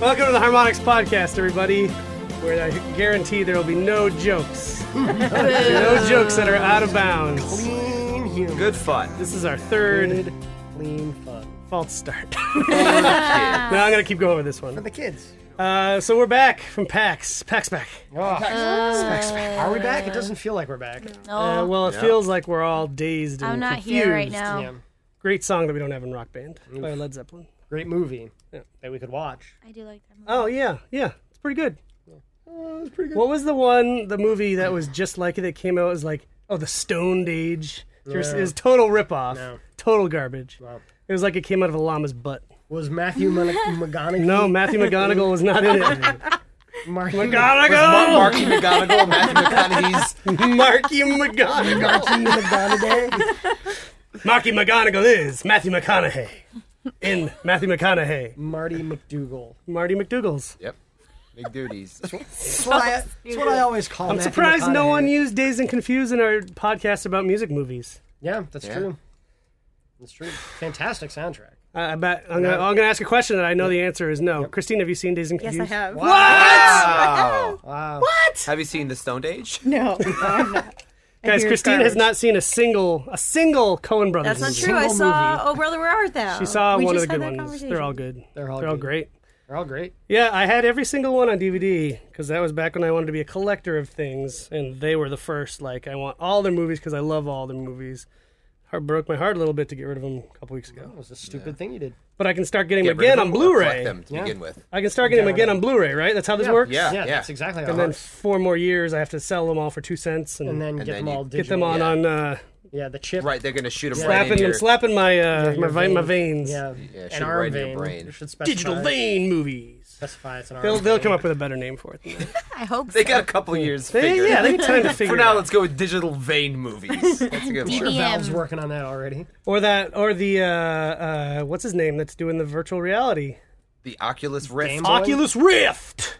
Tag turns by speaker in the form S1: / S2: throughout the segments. S1: Harmonics Podcast, everybody, where I guarantee there will be no jokes. no jokes that are out of bounds.
S2: Clean humor.
S3: Good fun.
S1: This is our third
S2: Good, clean fun.
S1: false start. no, I'm going to keep going with this
S2: For
S1: one.
S2: the kids.
S1: Uh, so we're back from PAX. PAX back.
S2: Oh,
S1: PAX back.
S2: are we back? It doesn't feel like we're back.
S1: Uh,
S4: No,
S1: well, it
S3: Yeah.
S1: feels like we're all dazed and
S4: oh, I'm not
S1: confused.
S4: here right now.
S2: Yeah.
S1: Great song that we don't have in Rock Band by Led Zeppelin.
S2: Great movie
S1: Yeah.
S2: that we could watch.
S4: I do like that. Movie.
S1: Oh, yeah, yeah. It's pretty good.
S2: That's pretty good.
S1: What was the one, the movie that was just like it that came out as like, oh, the Stoned Age? It was- It was total ripoff.
S2: No.
S1: Total garbage.
S2: Wow.
S1: It was like it came out of a llama's butt.
S2: Was Matthew Mon- McGonagall?
S1: No, Matthew McGonagall was not in it.
S2: Mar-
S3: Mar-
S1: McGonagall!
S3: Marky McGonagall, Matthew McConaughey's
S1: Marky McGonagall.
S2: Matthew McGonagall.
S1: Marky McGonagall is Matthew McConaughey. In Matthew McConaughey.
S2: Marty McDougal.
S1: Marty McDougal's.
S3: Yep. Big duties.
S2: That's what, I, that's what I always call.
S1: I'm surprised no one used Days and Confused in our podcast about music movies.
S2: Yeah, that's
S3: Yeah.
S2: true. That's true. Fantastic soundtrack.
S1: I, I bet I'm gonna, I'm gonna ask a question that I know the answer is no. Christine, have you seen Days and
S5: Yes,
S1: Confused?
S5: I have.
S3: Wow.
S2: Wow.
S3: Have you seen The Stone Age?
S5: No, I'm not. I
S1: Guys,
S5: hear it's
S1: Christine has
S5: garbage.
S1: not seen a single a single Cohen Brothers
S5: That's not
S1: movie.
S5: true. I
S2: Single
S5: saw
S2: movie.
S5: Oh Brother Where Art Thou.
S1: She saw
S5: We
S1: one of the
S5: just
S1: good
S5: had that
S1: ones. They're all good.
S2: They're all good.
S1: great.
S2: They're all great.
S1: Yeah, I had every single one on DVD because that was back when I wanted to be a collector of things, and they were the first. Like, I want all their movies because I love all their movies. Heart broke my heart a little bit to get rid of them a couple weeks ago,
S2: That was a stupid thing you did.
S1: but I can start getting
S3: Get
S1: them
S3: rid of
S1: again
S3: them
S1: on
S3: or collect
S1: Blu-ray.
S3: them to
S2: Yeah.
S3: begin with.
S1: I can start getting them again on Blu-ray, right? That's how this works.
S3: Yeah, yeah.
S2: that's exactly how
S1: And
S2: it
S1: then
S2: works.
S1: four more years, I have to sell them all for two cents and,
S2: And then
S3: and
S2: get
S3: then
S2: them
S3: you
S2: all
S3: get
S2: digital.
S1: get them on
S3: yeah.
S1: on uh,
S2: Yeah, the chip.
S3: Right, they're gonna shoot them right in
S1: slapping.
S3: your,
S1: I'm slapping my uh,
S2: your
S1: my, vi- my veins.
S2: veins. Yeah,
S3: Yeah, shoot
S2: an
S3: it
S2: arm
S3: right in your
S2: vein.
S3: brain.
S2: You should specify,
S1: Digital vein movies.
S2: Specify it's an arm.
S1: They'll they'll
S2: vein.
S1: come up with a better name for it. Than that.
S4: I hope
S3: They got a couple years.
S1: They-
S3: figured.
S1: yeah, they got time to figure.
S3: For
S1: it
S3: now,
S1: out.
S3: let's go with digital vein movies. That's a good
S2: Sure,
S3: one.
S4: Yeah.
S2: Valve's working on that already.
S1: Or that, or the uh, uh, what's his name that's doing the virtual reality
S3: The Oculus Rift.
S2: Game Boy?
S1: Oculus Rift.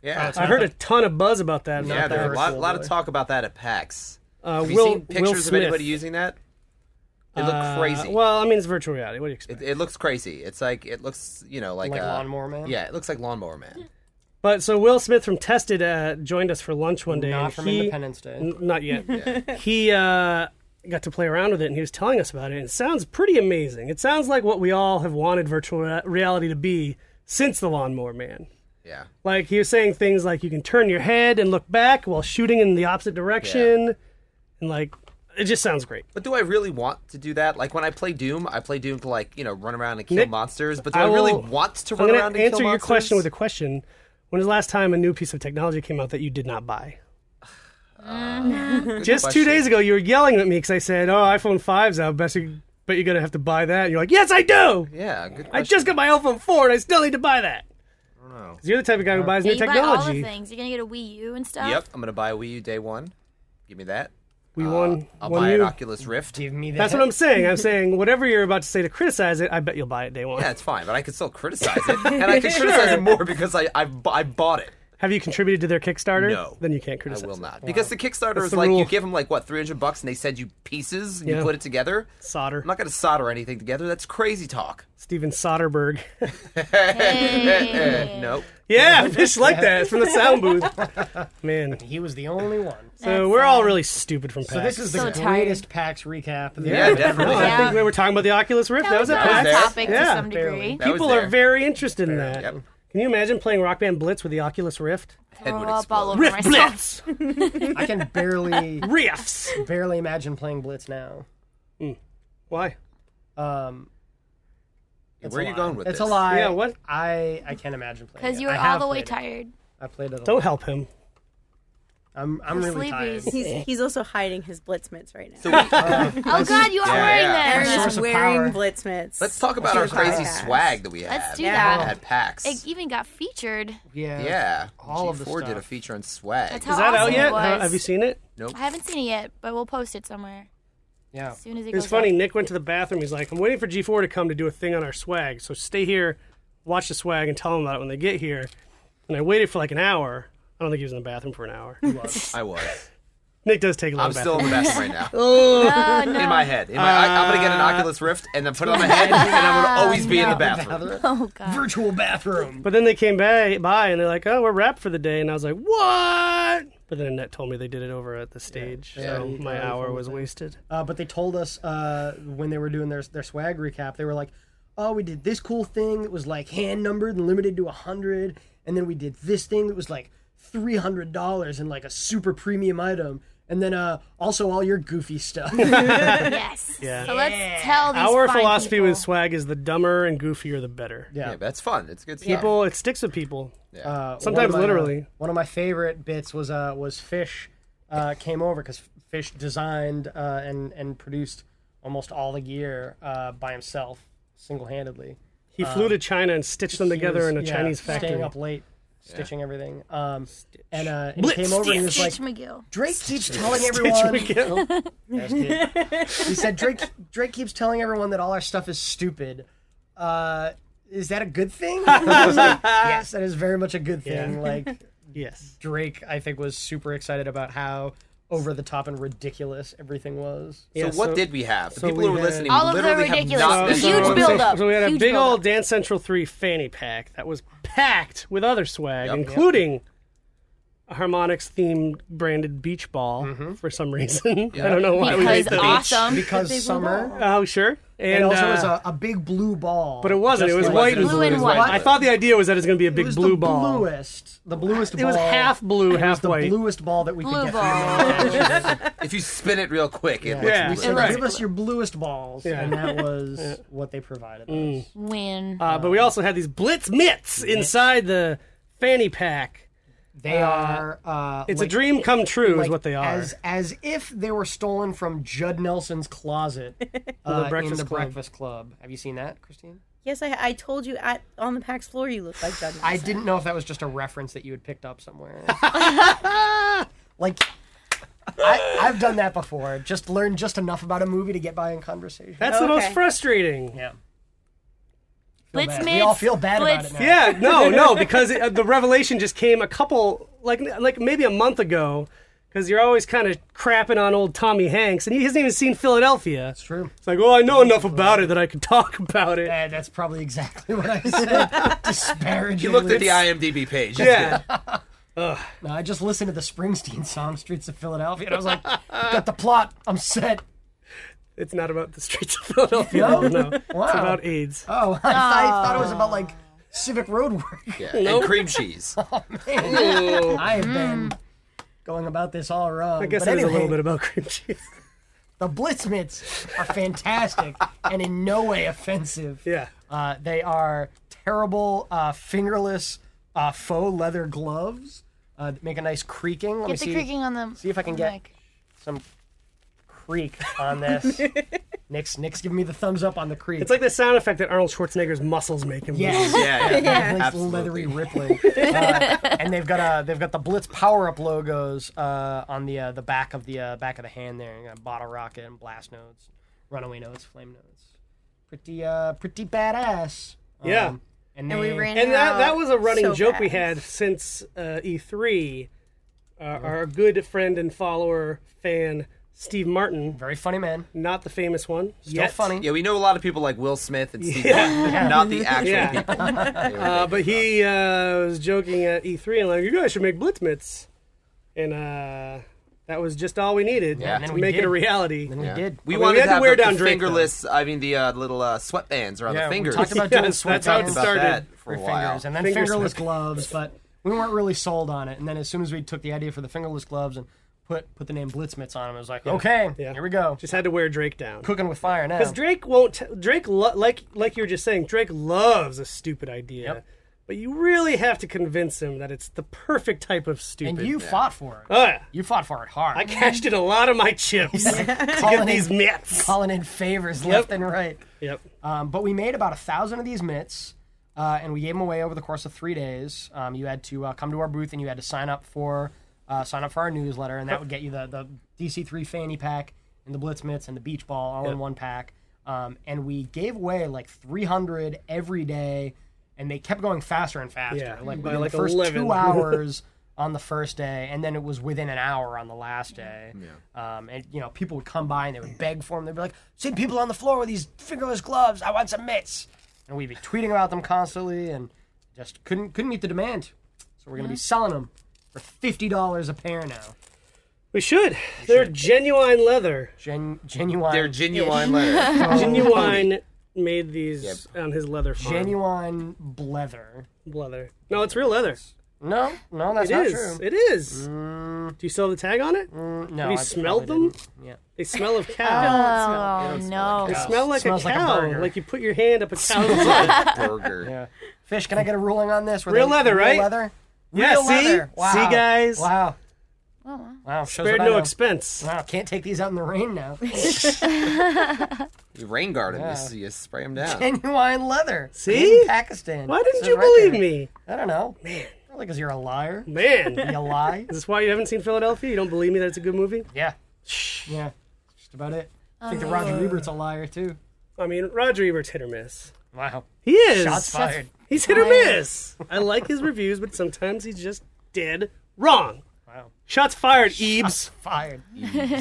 S3: Yeah,
S1: I heard a ton of buzz about that.
S2: that
S3: yeah. There were a lot,
S2: virtual,
S3: lot of
S2: though.
S3: talk about that at PAX.
S1: uh,
S3: Have you
S1: Will,
S3: seen
S1: Will
S3: pictures of
S1: Smith.
S3: anybody using that? It looked
S1: Uh,
S3: crazy.
S1: well, I mean, it's virtual reality. What do you
S3: It,
S1: expect?
S3: it looks crazy. It's like it looks, you know, like,
S2: Like
S3: a,
S2: Lawnmower Man?
S3: Yeah, it looks like Lawnmower Man.
S1: but so Will Smith from Tested uh, joined us for lunch one day.
S2: Not
S1: and
S2: from
S1: he-
S2: Independence Day.
S1: N- not yet. He uh, got to play around with it, and he was telling us about it. And it sounds pretty amazing. It sounds like what we all have wanted virtual rea- reality to be since the Lawnmower Man.
S3: Yeah,
S1: Like he was saying things like you can turn your head and look back while shooting in the opposite direction, and like it just sounds great.
S3: but do I really want to do that? Like when I play Doom, I play Doom to like you know run around and kill
S1: Nick,
S3: monsters. But do
S1: I
S3: I, really
S1: will-
S3: want to
S1: I'm
S3: run
S1: gonna
S3: around and kill
S1: answer your
S3: monsters?
S1: question with a question. When was the last time a new piece of technology came out that you did not buy?
S4: Mm-hmm.
S3: Good
S1: Just two
S3: question.
S1: days ago, you were yelling at me because I said, "Oh, iPhone 5's out, best you, but you're gonna have to buy that." And you're like, "Yes, I do.
S3: Yeah, good question.
S1: I just got my iPhone 4, and I still need to buy that."
S3: know.
S1: 'Cause You're the type of guy who buys
S4: yeah,
S1: new
S4: you buy all
S1: technology.
S4: the things. You're gonna get a Wii U and stuff.
S3: Yep, I'm gonna buy a Wii U day one. Give me that. Uh,
S1: we won
S3: I'll
S1: one
S3: buy an
S1: new.
S3: Oculus Rift.
S2: Give me that.
S1: That's what I'm saying. I'm saying whatever you're about to say to criticize it, I bet you'll buy it day one.
S3: Yeah, it's fine, but I can still criticize it, and I can criticize it more because I I, bu- I bought it.
S1: Have you contributed to their Kickstarter?
S3: No.
S1: Then you can't
S3: I
S1: criticize.
S3: will
S1: it.
S3: not because the Kickstarter is
S1: the
S3: like
S1: rule.
S3: you give them like what 300 bucks and they send you pieces and
S1: Yeah.
S3: you put it together.
S1: Solder.
S3: I'm not gonna solder anything together. That's crazy talk.
S1: Steven Soderbergh.
S4: Hey.
S3: Nope.
S1: yeah, fish like that from the sound booth. Man.
S2: He was the only one.
S1: So we're all really stupid from PAX.
S2: So this is the
S4: So tired.
S2: greatest PAX recap. Of the
S3: Yeah,
S2: year.
S3: definitely.
S1: No, I
S4: Yeah.
S1: think we were talking about the Oculus Rift. That,
S4: That
S1: was
S4: was
S1: a
S4: a
S3: was
S1: PAX.
S3: there.
S4: topic to
S1: Yeah.
S4: some
S2: Barely.
S4: degree.
S3: That was
S1: People
S3: there.
S1: are very interested in that.
S3: Yep.
S1: Can you imagine playing Rock Band Blitz with the Oculus Rift?
S3: Head would
S4: Throw up all
S3: explode.
S4: over myself.
S1: Blitz!
S2: I can barely,
S1: Riffs!
S2: barely imagine playing Blitz now.
S1: Why?
S2: Um, it's
S3: Where
S2: a
S3: are you
S2: lie.
S3: going with
S2: it's
S3: this?
S2: a lie.
S1: Yeah, what?
S2: I I can't imagine playing.
S4: Because
S2: it.
S4: you were
S2: I
S4: all
S2: have
S4: the way
S2: played it.
S4: tired.
S2: I played it. A
S1: Don't
S2: lot.
S1: help him.
S2: I'm I'm really
S4: sleepy.
S2: tired.
S4: He's
S5: He's, he's also hiding his blitz mitts right now.
S3: So we,
S4: Oh God, you are
S3: Yeah,
S4: wearing
S3: yeah.
S4: that.
S2: Our
S5: He's
S2: source of power.
S5: wearing blitz mitts.
S3: let's talk about our
S5: Let's do a
S3: crazy
S5: podcast.
S3: swag that we had.
S4: Let's do
S5: Yeah.
S4: that.
S3: At PAX.
S4: It even got featured.
S2: Yeah.
S3: yeah,
S2: All
S3: G4
S2: of the
S3: did a
S2: stuff.
S3: feature on swag.
S4: That's
S1: Is
S4: How
S1: that out
S4: awesome it
S1: yet?
S4: was.
S1: How- have you seen it?
S3: nope.
S4: I haven't seen it yet, but we'll post it somewhere
S2: Yeah.
S4: as soon as it
S1: It
S4: goes.
S1: was funny.
S4: up.
S1: Nick went to the bathroom. He's like, I'm waiting for G4 to come to do a thing on our swag. So stay here, watch the swag, and tell them about it when they get here. And I waited for like an hour. I don't think he was in the bathroom for an hour.
S3: I was.
S1: Nick does take a lot
S3: I'm
S1: of
S3: still in the bathroom right now.
S4: Oh, no.
S3: In my head. In my, I, I'm gonna get an Oculus Rift and then put it on my head, and I'm gonna always be in the bathroom.
S4: Oh, God.
S2: Virtual bathroom.
S1: But then they came by, by and they're like, "Oh, we're wrapped for the day," and I was like, "What?" But then Annette told me they did it over at the stage,
S2: Yeah,
S1: so
S2: you
S1: my
S2: got it
S1: hour
S2: from
S1: was
S2: the-
S1: wasted.
S2: Uh, but they told us uh, when they were doing their their swag recap, they were like, "Oh, we did this cool thing that was like hand numbered and limited to hundred, and then we did this thing that was like three hundred dollars and like a super premium item, and then uh, also all your goofy stuff." Uh,
S4: Yes.
S1: Yeah.
S4: So let's tell these
S1: Our
S4: fine
S1: philosophy
S4: people.
S1: with swag is the dumber and goofier the better.
S3: Yeah, that's fun. It's good stuff.
S1: People, it sticks with people.
S2: Uh, one
S1: Sometimes
S2: of my,
S1: literally.
S2: uh, one of my favorite bits was uh, was Fish uh, came over because Fish designed uh, and and produced almost all the gear uh, by himself single handedly.
S1: He flew
S2: Uh,
S1: to China and stitched them together in a Chinese factory.
S2: staying up late, stitching everything. Um, and, uh, and he came over and he was like,
S4: Teach McGill.
S2: Drake keeps telling everyone. There's Gabe. he said Drake Drake keeps telling everyone that all our stuff is stupid. Uh, is that a good thing? I was like, yes, that is very much a good thing.
S1: Yeah.
S2: Like
S1: Yes.
S2: Drake, I think, was super excited about how over the top and ridiculous everything was.
S3: So
S1: Yeah,
S3: what
S1: so-
S3: did we have? The
S1: so
S3: people
S1: we
S3: who were
S1: had-
S3: listening
S4: All of the
S3: literally have
S4: ridiculous-
S3: not
S4: The
S3: been
S4: huge
S3: to a-
S4: build-up. buildup.
S1: So we had a
S4: Huge
S1: big
S4: buildup.
S1: old Dance Central 3 fanny pack that was packed with other swag,
S3: Yep.
S1: including a harmonics themed branded beach ball
S2: Mm-hmm.
S1: for some reason. I don't know why we made
S4: Because
S1: the
S4: awesome.
S2: Because summer.
S1: Oh, sure. And
S2: And also
S1: uh,
S2: was a, a big blue ball.
S1: but it wasn't. It was white and
S4: Blue
S1: blue.
S4: and
S1: and
S4: white.
S1: I thought the idea was that it's going to be a big
S2: it was
S1: blue
S2: the
S1: ball.
S2: bluest. The bluest
S1: It was
S2: ball.
S1: half blue,
S2: It was
S1: half
S2: the
S1: white.
S2: bluest ball that we could
S4: Blue
S2: get.
S4: ball.
S3: If you spin it real quick, it
S1: Yeah.
S3: looks
S2: We
S3: blue.
S2: said,
S1: Right.
S2: give us your bluest balls.
S1: Yeah.
S2: And that was what they provided us.
S4: Win.
S1: Uh, but we also had these blitz mitts inside the fanny pack.
S2: They are. Uh,
S1: It's
S2: like,
S1: a dream come true, is
S2: like
S1: what they are.
S2: As, as if they were stolen from Judd Nelson's closet uh, in
S1: Breakfast
S2: the
S1: Club.
S2: Breakfast Club. Have you seen that, Christine?
S5: Yes, I, I told you at on the PAX floor you looked like Judd.
S2: I
S5: Nelson.
S2: didn't know if that was just a reference that you had picked up somewhere. like, I, I've done that before. Just learned just enough about a movie to get by in conversation.
S1: That's the most
S5: Okay.
S1: frustrating.
S2: yeah. Feel
S4: Blitz
S2: bad.
S4: mids.
S2: We all feel bad
S4: blitz,
S2: about it now.
S1: Yeah, no, no, because it, uh, the revelation just came a couple, like, like maybe a month ago, because you're always kind of crapping on old Tommy Hanks, and he hasn't even seen Philadelphia.
S2: It's true.
S1: It's like, well, I know enough about it that I can talk about it.
S2: Uh, that's probably exactly what I said. Disparaging.
S3: You looked at the IMDb page.
S1: Yeah,
S2: No, I just listened to the Springsteen song "Streets of Philadelphia" and I was like, "Got the plot. I'm set."
S1: it's not about the streets of Philadelphia.
S2: No?
S1: no.
S2: Wow.
S1: It's about AIDS.
S2: Oh, I, thought, I thought it was about like civic road work.
S3: Yeah. And cream cheese.
S2: I have been going about this all wrong.
S1: Oh. I guess
S2: but
S1: it is
S2: anyway,
S1: a little bit about cream cheese.
S2: The Blitzmitts are fantastic and in no way offensive.
S1: Yeah.
S2: Uh, they are terrible uh, fingerless uh, faux leather gloves uh, that make a nice creaking. Let me
S4: Get the
S2: see.
S4: creaking on the.
S2: See if I can
S4: on
S2: get-
S4: the mic.
S2: some creak on this. Nick's Nick's giving me the thumbs up on the creak.
S1: It's like the sound effect that Arnold Schwarzenegger's muscles make him.
S2: yes.
S3: Yeah, yeah.
S2: Nice leathery
S3: Absolutely.
S2: rippling, Uh, and they've got uh, they've got the Blitz power up logos uh, on the uh, the back of the uh, back of the hand there. You got bottle rocket and blast notes, runaway notes, flame notes. Pretty uh, pretty badass. Um,
S1: Yeah.
S2: and,
S5: And we
S2: they-
S5: ran
S1: And that,
S5: out
S1: that was a running
S5: so
S1: joke we
S5: fast.
S1: had since uh, E3. Uh, Our good friend and follower, fan, Steve Martin,
S2: Very funny man.
S1: not the famous one.
S2: Still
S1: yet,
S2: funny.
S3: Yeah, we know a lot of people like Will Smith and Steve Martin, not the actual
S1: Yeah.
S3: people.
S1: Uh, but he uh, was joking at E3 and like, you guys should make Blitz mitts. And uh, that was just all we needed
S2: and
S1: to
S2: then we
S1: make it
S2: did.
S1: a reality.
S2: And we did.
S3: we
S1: I mean,
S3: wanted
S1: we had
S3: to
S1: to
S3: have
S1: wear
S3: the,
S1: down
S3: the
S1: Drake,
S3: fingerless. I mean, the uh, little uh, sweatbands around
S2: Yeah,
S3: the
S2: we
S3: fingers.
S2: talked about
S1: Yes,
S2: doing
S1: that's
S2: sweatbands.
S1: how it
S3: Talked
S1: started.
S3: that for a
S2: Free
S3: while.
S2: fingers and then
S1: Finger
S2: fingerless
S1: snap.
S2: gloves, but we weren't really sold on it. And then as soon as we took the idea for the fingerless gloves and put put the name Blitzmitz on them, it was like, okay,
S1: Yeah.
S2: here we go,
S1: Just had to wear Drake down.
S2: cooking with fire now.
S1: Because Drake won't. T- Drake lo- like like you were just saying. Drake loves a stupid idea,
S2: Yep.
S1: but you really have to convince him that it's the perfect type of stupid.
S2: and you fought for it.
S1: Oh, yeah.
S2: you fought for it hard.
S1: I cashed in a lot of my chips to get
S2: calling
S1: these
S2: in,
S1: mitts.
S2: calling in favors left and right.
S1: Yep.
S2: Um, but we made about a thousand of these mitts, uh, and we gave them away over the course of three days. Um, you had to uh, come to our booth and you had to sign up for uh, sign up for our newsletter, and that would get you the, the DC3 fanny pack and the Blitz mitts and the beach ball all in one pack. Um, and we gave away like 300 every day, and they kept going faster and faster.
S1: Yeah,
S2: like
S1: by,
S2: within
S1: like,
S2: the first
S1: 11.
S2: two hours. on the first day, and then it was within an hour on the last day. Um, and you know, people would come by and they would beg for them. They'd be like, "See people on the floor with these fingerless gloves. I want some mitts." And we'd be tweeting about them constantly, and just couldn't couldn't meet the demand. So we're gonna be
S1: Mm-hmm.
S2: selling them for fifty dollars a pair now.
S1: We should. They're genuine leather.
S2: Gen- genuine,
S3: They're genuine leather.
S2: Oh.
S1: Genuine made these on his leather farm.
S2: genuine leather.
S1: leather. No, it's real leather.
S2: No, no, that's
S1: It
S2: not
S1: is.
S2: true. Mm.
S1: It is. Do you still have the tag on it?
S2: No,
S1: Have you
S2: I
S1: smelled
S2: probably
S1: them?
S2: didn't. Yeah.
S1: They smell of cow.
S4: Oh no.
S1: They smell like
S2: Smells
S1: a
S2: like a
S1: cow. Like,
S2: burger.
S1: you put your hand up a cow's butt.
S3: Burger.
S2: Yeah. Fish, can I get a ruling on this? Were
S1: Real leather,
S2: real
S1: right?
S2: Leather.
S1: yeah,
S2: Real
S1: see?
S2: leather. Wow.
S1: See, guys?
S2: Wow. Wow. Shows
S1: Spared
S2: what I
S1: no
S2: know.
S1: expense.
S2: Wow. Can't take these out in the rain now.
S3: Rain garden. You, see, you spray them down.
S2: Genuine leather.
S1: See?
S2: In Pakistan.
S1: Why didn't
S2: Says
S1: you
S2: right
S1: believe
S2: there.
S1: me?
S2: I don't know. Man. Probably because you're a liar.
S1: Man.
S2: You lie.
S1: Is this why you haven't seen Philadelphia? You don't believe me that it's a good movie?
S2: yeah. Yeah. Just about it. I think that Roger Ebert's a liar too.
S1: I mean, Roger Ebert's hit or miss.
S2: Wow.
S1: He is.
S2: Shots fired.
S1: He's hit or miss. I like his reviews, but sometimes he's just dead wrong.
S2: Wow.
S1: Shots fired, Ebes.
S2: Fired.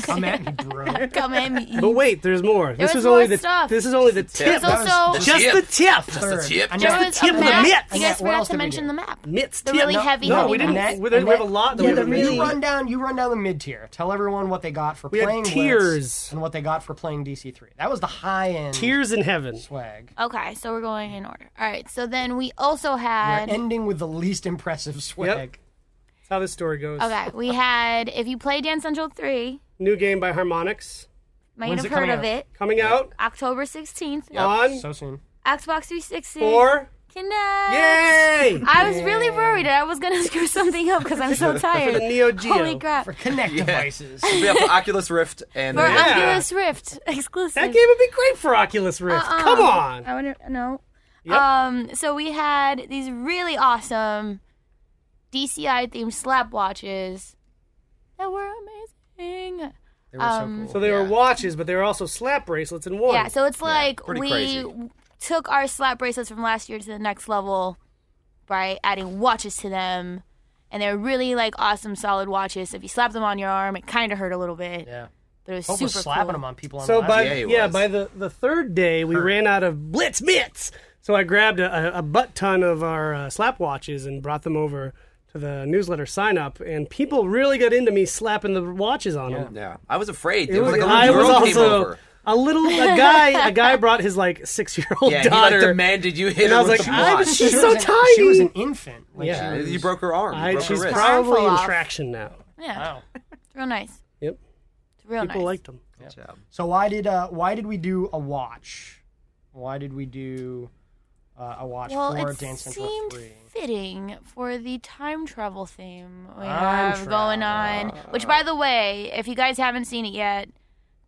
S2: Come at me, bro.
S4: Come at me.
S1: But wait, there's more. this
S4: was
S1: is only
S4: more
S1: the
S4: stuff.
S1: this is only the tip.
S4: There's also
S1: just
S3: Tip.
S1: the tip.
S2: Third.
S3: tip.
S2: I
S3: Just
S4: there
S2: know-
S4: was
S1: tip
S4: a
S1: of the
S4: map.
S1: mitts.
S4: You
S2: Yeah,
S4: guys
S2: what
S4: forgot
S2: else
S4: to
S2: did we
S4: mention
S2: do?
S4: the map.
S1: Mitts
S4: The
S1: tip.
S4: really heavy,
S1: No,
S4: heavy
S1: we didn't.
S4: ones.
S1: we, didn't- we have a lot that
S2: Yeah,
S1: we
S2: the
S1: haven't
S2: you
S1: mentioned.
S2: run down. You run down the mid tier. Tell everyone what they got for
S1: had
S2: playing Blitz
S1: tiers.
S2: and what they got for playing DC three. That was the high end
S1: Tears in heaven.
S2: swag.
S4: Okay, so we're going in order. All right. So then we also had
S2: Ending with the least impressive swag.
S1: That's how this story goes.
S4: Okay, we had if you play Dance Central 3,
S1: New game by Harmonix
S4: might
S2: When's
S4: have
S2: it
S4: heard
S2: coming
S4: of
S2: out?
S4: it.
S1: coming out
S4: October 16th,
S1: on
S2: So soon.
S4: Xbox 360.
S1: four.
S4: Kinect.
S1: Yay!
S4: I was really worried that I was gonna screw something up because I'm so tired.
S1: Neo Geo.
S4: Holy crap.
S2: For Connect devices.
S3: We have Oculus Rift and uh,
S4: For
S3: the-
S4: Oculus Rift exclusive.
S1: That game would be great for Oculus Rift.
S4: Uh-uh.
S1: Come on.
S4: I wonder. No.
S1: Yep.
S4: Um. So we had these really awesome DCI themed slap watches that were amazing.
S2: They were
S4: Um,
S2: so
S1: So
S2: cool.
S1: they were
S3: Yeah.
S1: watches, but they were also slap bracelets in one.
S4: Yeah. So it's like
S3: pretty
S4: we
S3: crazy.
S4: w- took our slap bracelets from last year to the next level by adding watches to them. And they're really like awesome, solid watches. If you slap them on your arm, it kind of hurt a little bit.
S2: Yeah.
S4: But it was
S2: Hope
S4: super
S2: was slapping
S4: cool.
S2: them on people on
S1: So
S2: the
S1: by
S2: last
S3: Yeah, he
S1: yeah,
S3: was.
S1: by the, the third day, we ran out of blitz mitts. So I grabbed a, a- a butt ton of our uh, slap watches and brought them over to the newsletter sign up, and people really got into me slapping the watches on them.
S3: Yeah, I was afraid. It,
S1: It
S3: was like a
S1: I
S3: little
S1: was
S3: girl came
S1: also
S3: over.
S1: a little a guy a guy brought his like six year old
S3: Yeah, he like
S1: daughter.
S3: demanded you hit
S1: And
S3: her
S1: I was
S3: with
S1: like,
S3: the
S1: I
S3: watch.
S1: was just-
S2: She
S1: so
S2: was an- She was an
S1: tiny.
S2: infant. Like,
S1: Yeah.
S2: she was-
S3: you broke her arm. You
S1: I-
S3: broke her
S1: she's
S3: wrist.
S1: probably in
S4: Harmful.
S1: traction now.
S4: Yeah.
S2: Wow.
S4: It's real nice.
S1: Yep,
S4: It's real
S1: people
S4: nice.
S1: liked them.
S3: Good job.
S2: So why did uh why did we do a watch? Why did we do uh, a watch
S4: well,
S2: for
S4: it
S2: Dance Central
S4: seemed
S2: Three?
S4: fitting for the time travel theme we
S2: Time
S4: have going on. Which, by the way, if you guys haven't seen it yet,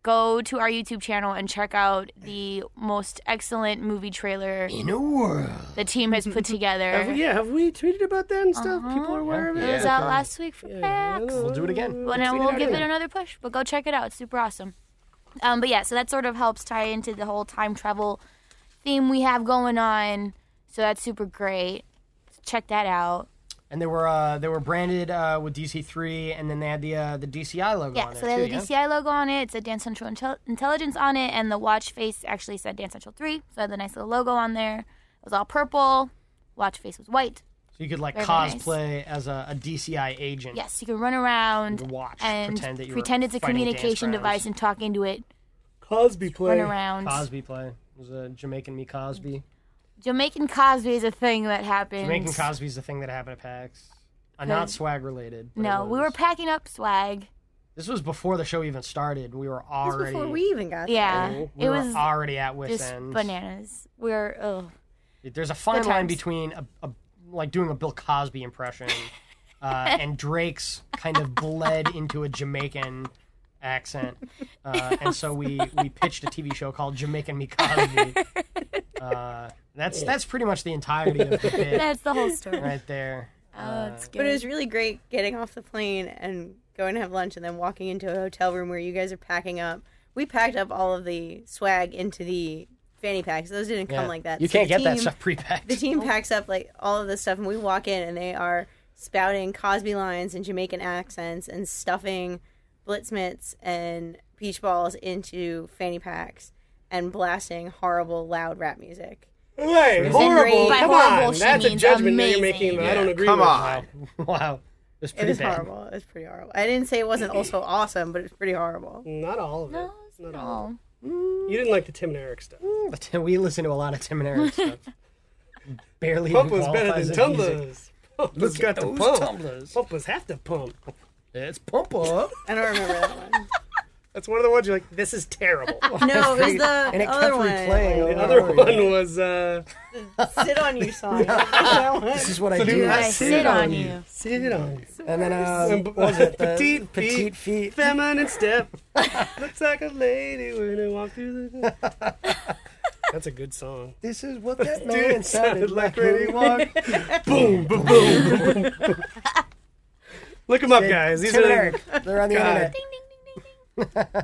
S4: go to our YouTube channel and check out the most excellent movie trailer
S2: In a world.
S4: the team has put together.
S1: Have we, yeah, have we tweeted about that and stuff?
S4: Uh-huh.
S1: People are aware of it.
S4: It was out last week for PAX.
S2: We'll do it again.
S4: But now we'll give it another push. But go check it out; it's super awesome. Um, but yeah, so that sort of helps tie into the whole time travel theme we have going on. So that's super great. Check that out.
S2: And they were uh, they were branded uh, with DC three, and then they had the uh, the DCI logo
S4: Yeah,
S2: on there
S4: so they
S2: too.
S4: had the DCI logo on it. It said Dance Central Intel- Intelligence on it, and the watch face actually said Dance Central 3. So it had the nice little logo on there. It was all purple. Watch face was white.
S2: So you could like
S4: Very nice.
S2: cosplay as a, a DCI agent.
S4: Yes, you can run around
S2: You could watch,
S4: and
S2: pretend that you were
S4: it's a
S2: fighting dance
S4: communication
S2: rounds.
S4: device and talk into it.
S1: Cosby play.
S4: Run around.
S2: Cosby play It was a Jamaican me Cosby.
S4: Jamaican Cosby is a thing that happened.
S2: Jamaican Cosby's the thing that happened at PAX. Uh, not swag related. but it
S4: No, we
S2: was.
S4: were packing up swag.
S2: This was before the show even started. We were
S5: That was
S2: already
S5: before we even got there.
S4: Yeah,
S2: we
S4: it
S2: were
S4: was
S2: already at Wits
S4: just
S2: End.
S4: bananas. We were oh,
S2: There's a fine
S4: Good
S2: line
S4: times.
S2: between a, a like doing a Bill Cosby impression uh, and Drake's kind of bled into a Jamaican accent, uh, and so we we pitched a TV show called Jamaican Me Cosby. Uh, that's that's pretty much the entirety of the bit
S4: that's the whole story.
S2: right there.
S4: Oh, it's good.
S5: Uh, But it was really great getting off the plane and going to have lunch and then walking into a hotel room where you guys are packing up. We packed up all of the swag into the fanny packs. Those didn't
S2: Yeah.
S5: come like that.
S2: You
S5: So
S2: can't
S5: the
S2: get that
S5: team-
S2: stuff pre-packed.
S5: The team packs up like all of this stuff and we walk in and they are spouting Cosby lines and Jamaican accents and stuffing blitz mitts and peach balls into fanny packs and blasting horrible loud rap music.
S1: Hey, horrible.
S5: great. By
S1: Come
S4: horrible,
S1: on.
S4: she
S1: That's a
S4: means
S1: judgment that you're
S4: amazing.
S1: making that I
S3: Yeah,
S1: don't agree
S3: come
S1: with.
S3: on.
S2: wow, it's
S5: It
S2: pretty
S5: is
S2: bad.
S5: horrible. It's pretty horrible. I didn't say it wasn't also awesome, but it's pretty horrible.
S1: Not all of it.
S4: No,
S1: Not
S4: it's
S1: all.
S4: no.
S1: You didn't like the Tim and Eric stuff.
S2: But we listen to a lot of Tim and Eric stuff. Barely.
S1: Pump
S2: even
S1: was better
S2: qualifies
S1: than
S2: as music.
S1: Tumblers. Pump was got the
S2: those
S1: pump.
S2: tumblers.
S1: Pump was half the pump.
S2: It's pump up.
S5: I don't remember that one.
S1: That's one of the ones you're like, this is terrible.
S5: No, it was the
S2: and it
S5: other
S2: kept
S5: one.
S2: replaying. over
S1: the
S2: and
S1: other
S2: over again.
S1: one was uh,
S5: Sit on you song. That one.
S2: This is what I do.
S1: dude,
S4: I sit on you.
S1: sit on
S2: And then uh,
S1: And b-
S2: what was it? The
S1: petite feet.
S2: petite feet.
S1: feminine step. Looks like a lady when I walk through the. That's a good song.
S2: This is what that man
S1: Dude,
S2: sounded
S1: sounded
S2: like
S1: like
S2: when he
S1: Randy
S2: walked.
S1: Boom, boom, boom, boom. Look them up, guys. These
S2: Tim
S1: are
S2: and Eric. They're on the
S1: God.
S2: internet.
S4: Ding, ding, ding, ding, ding.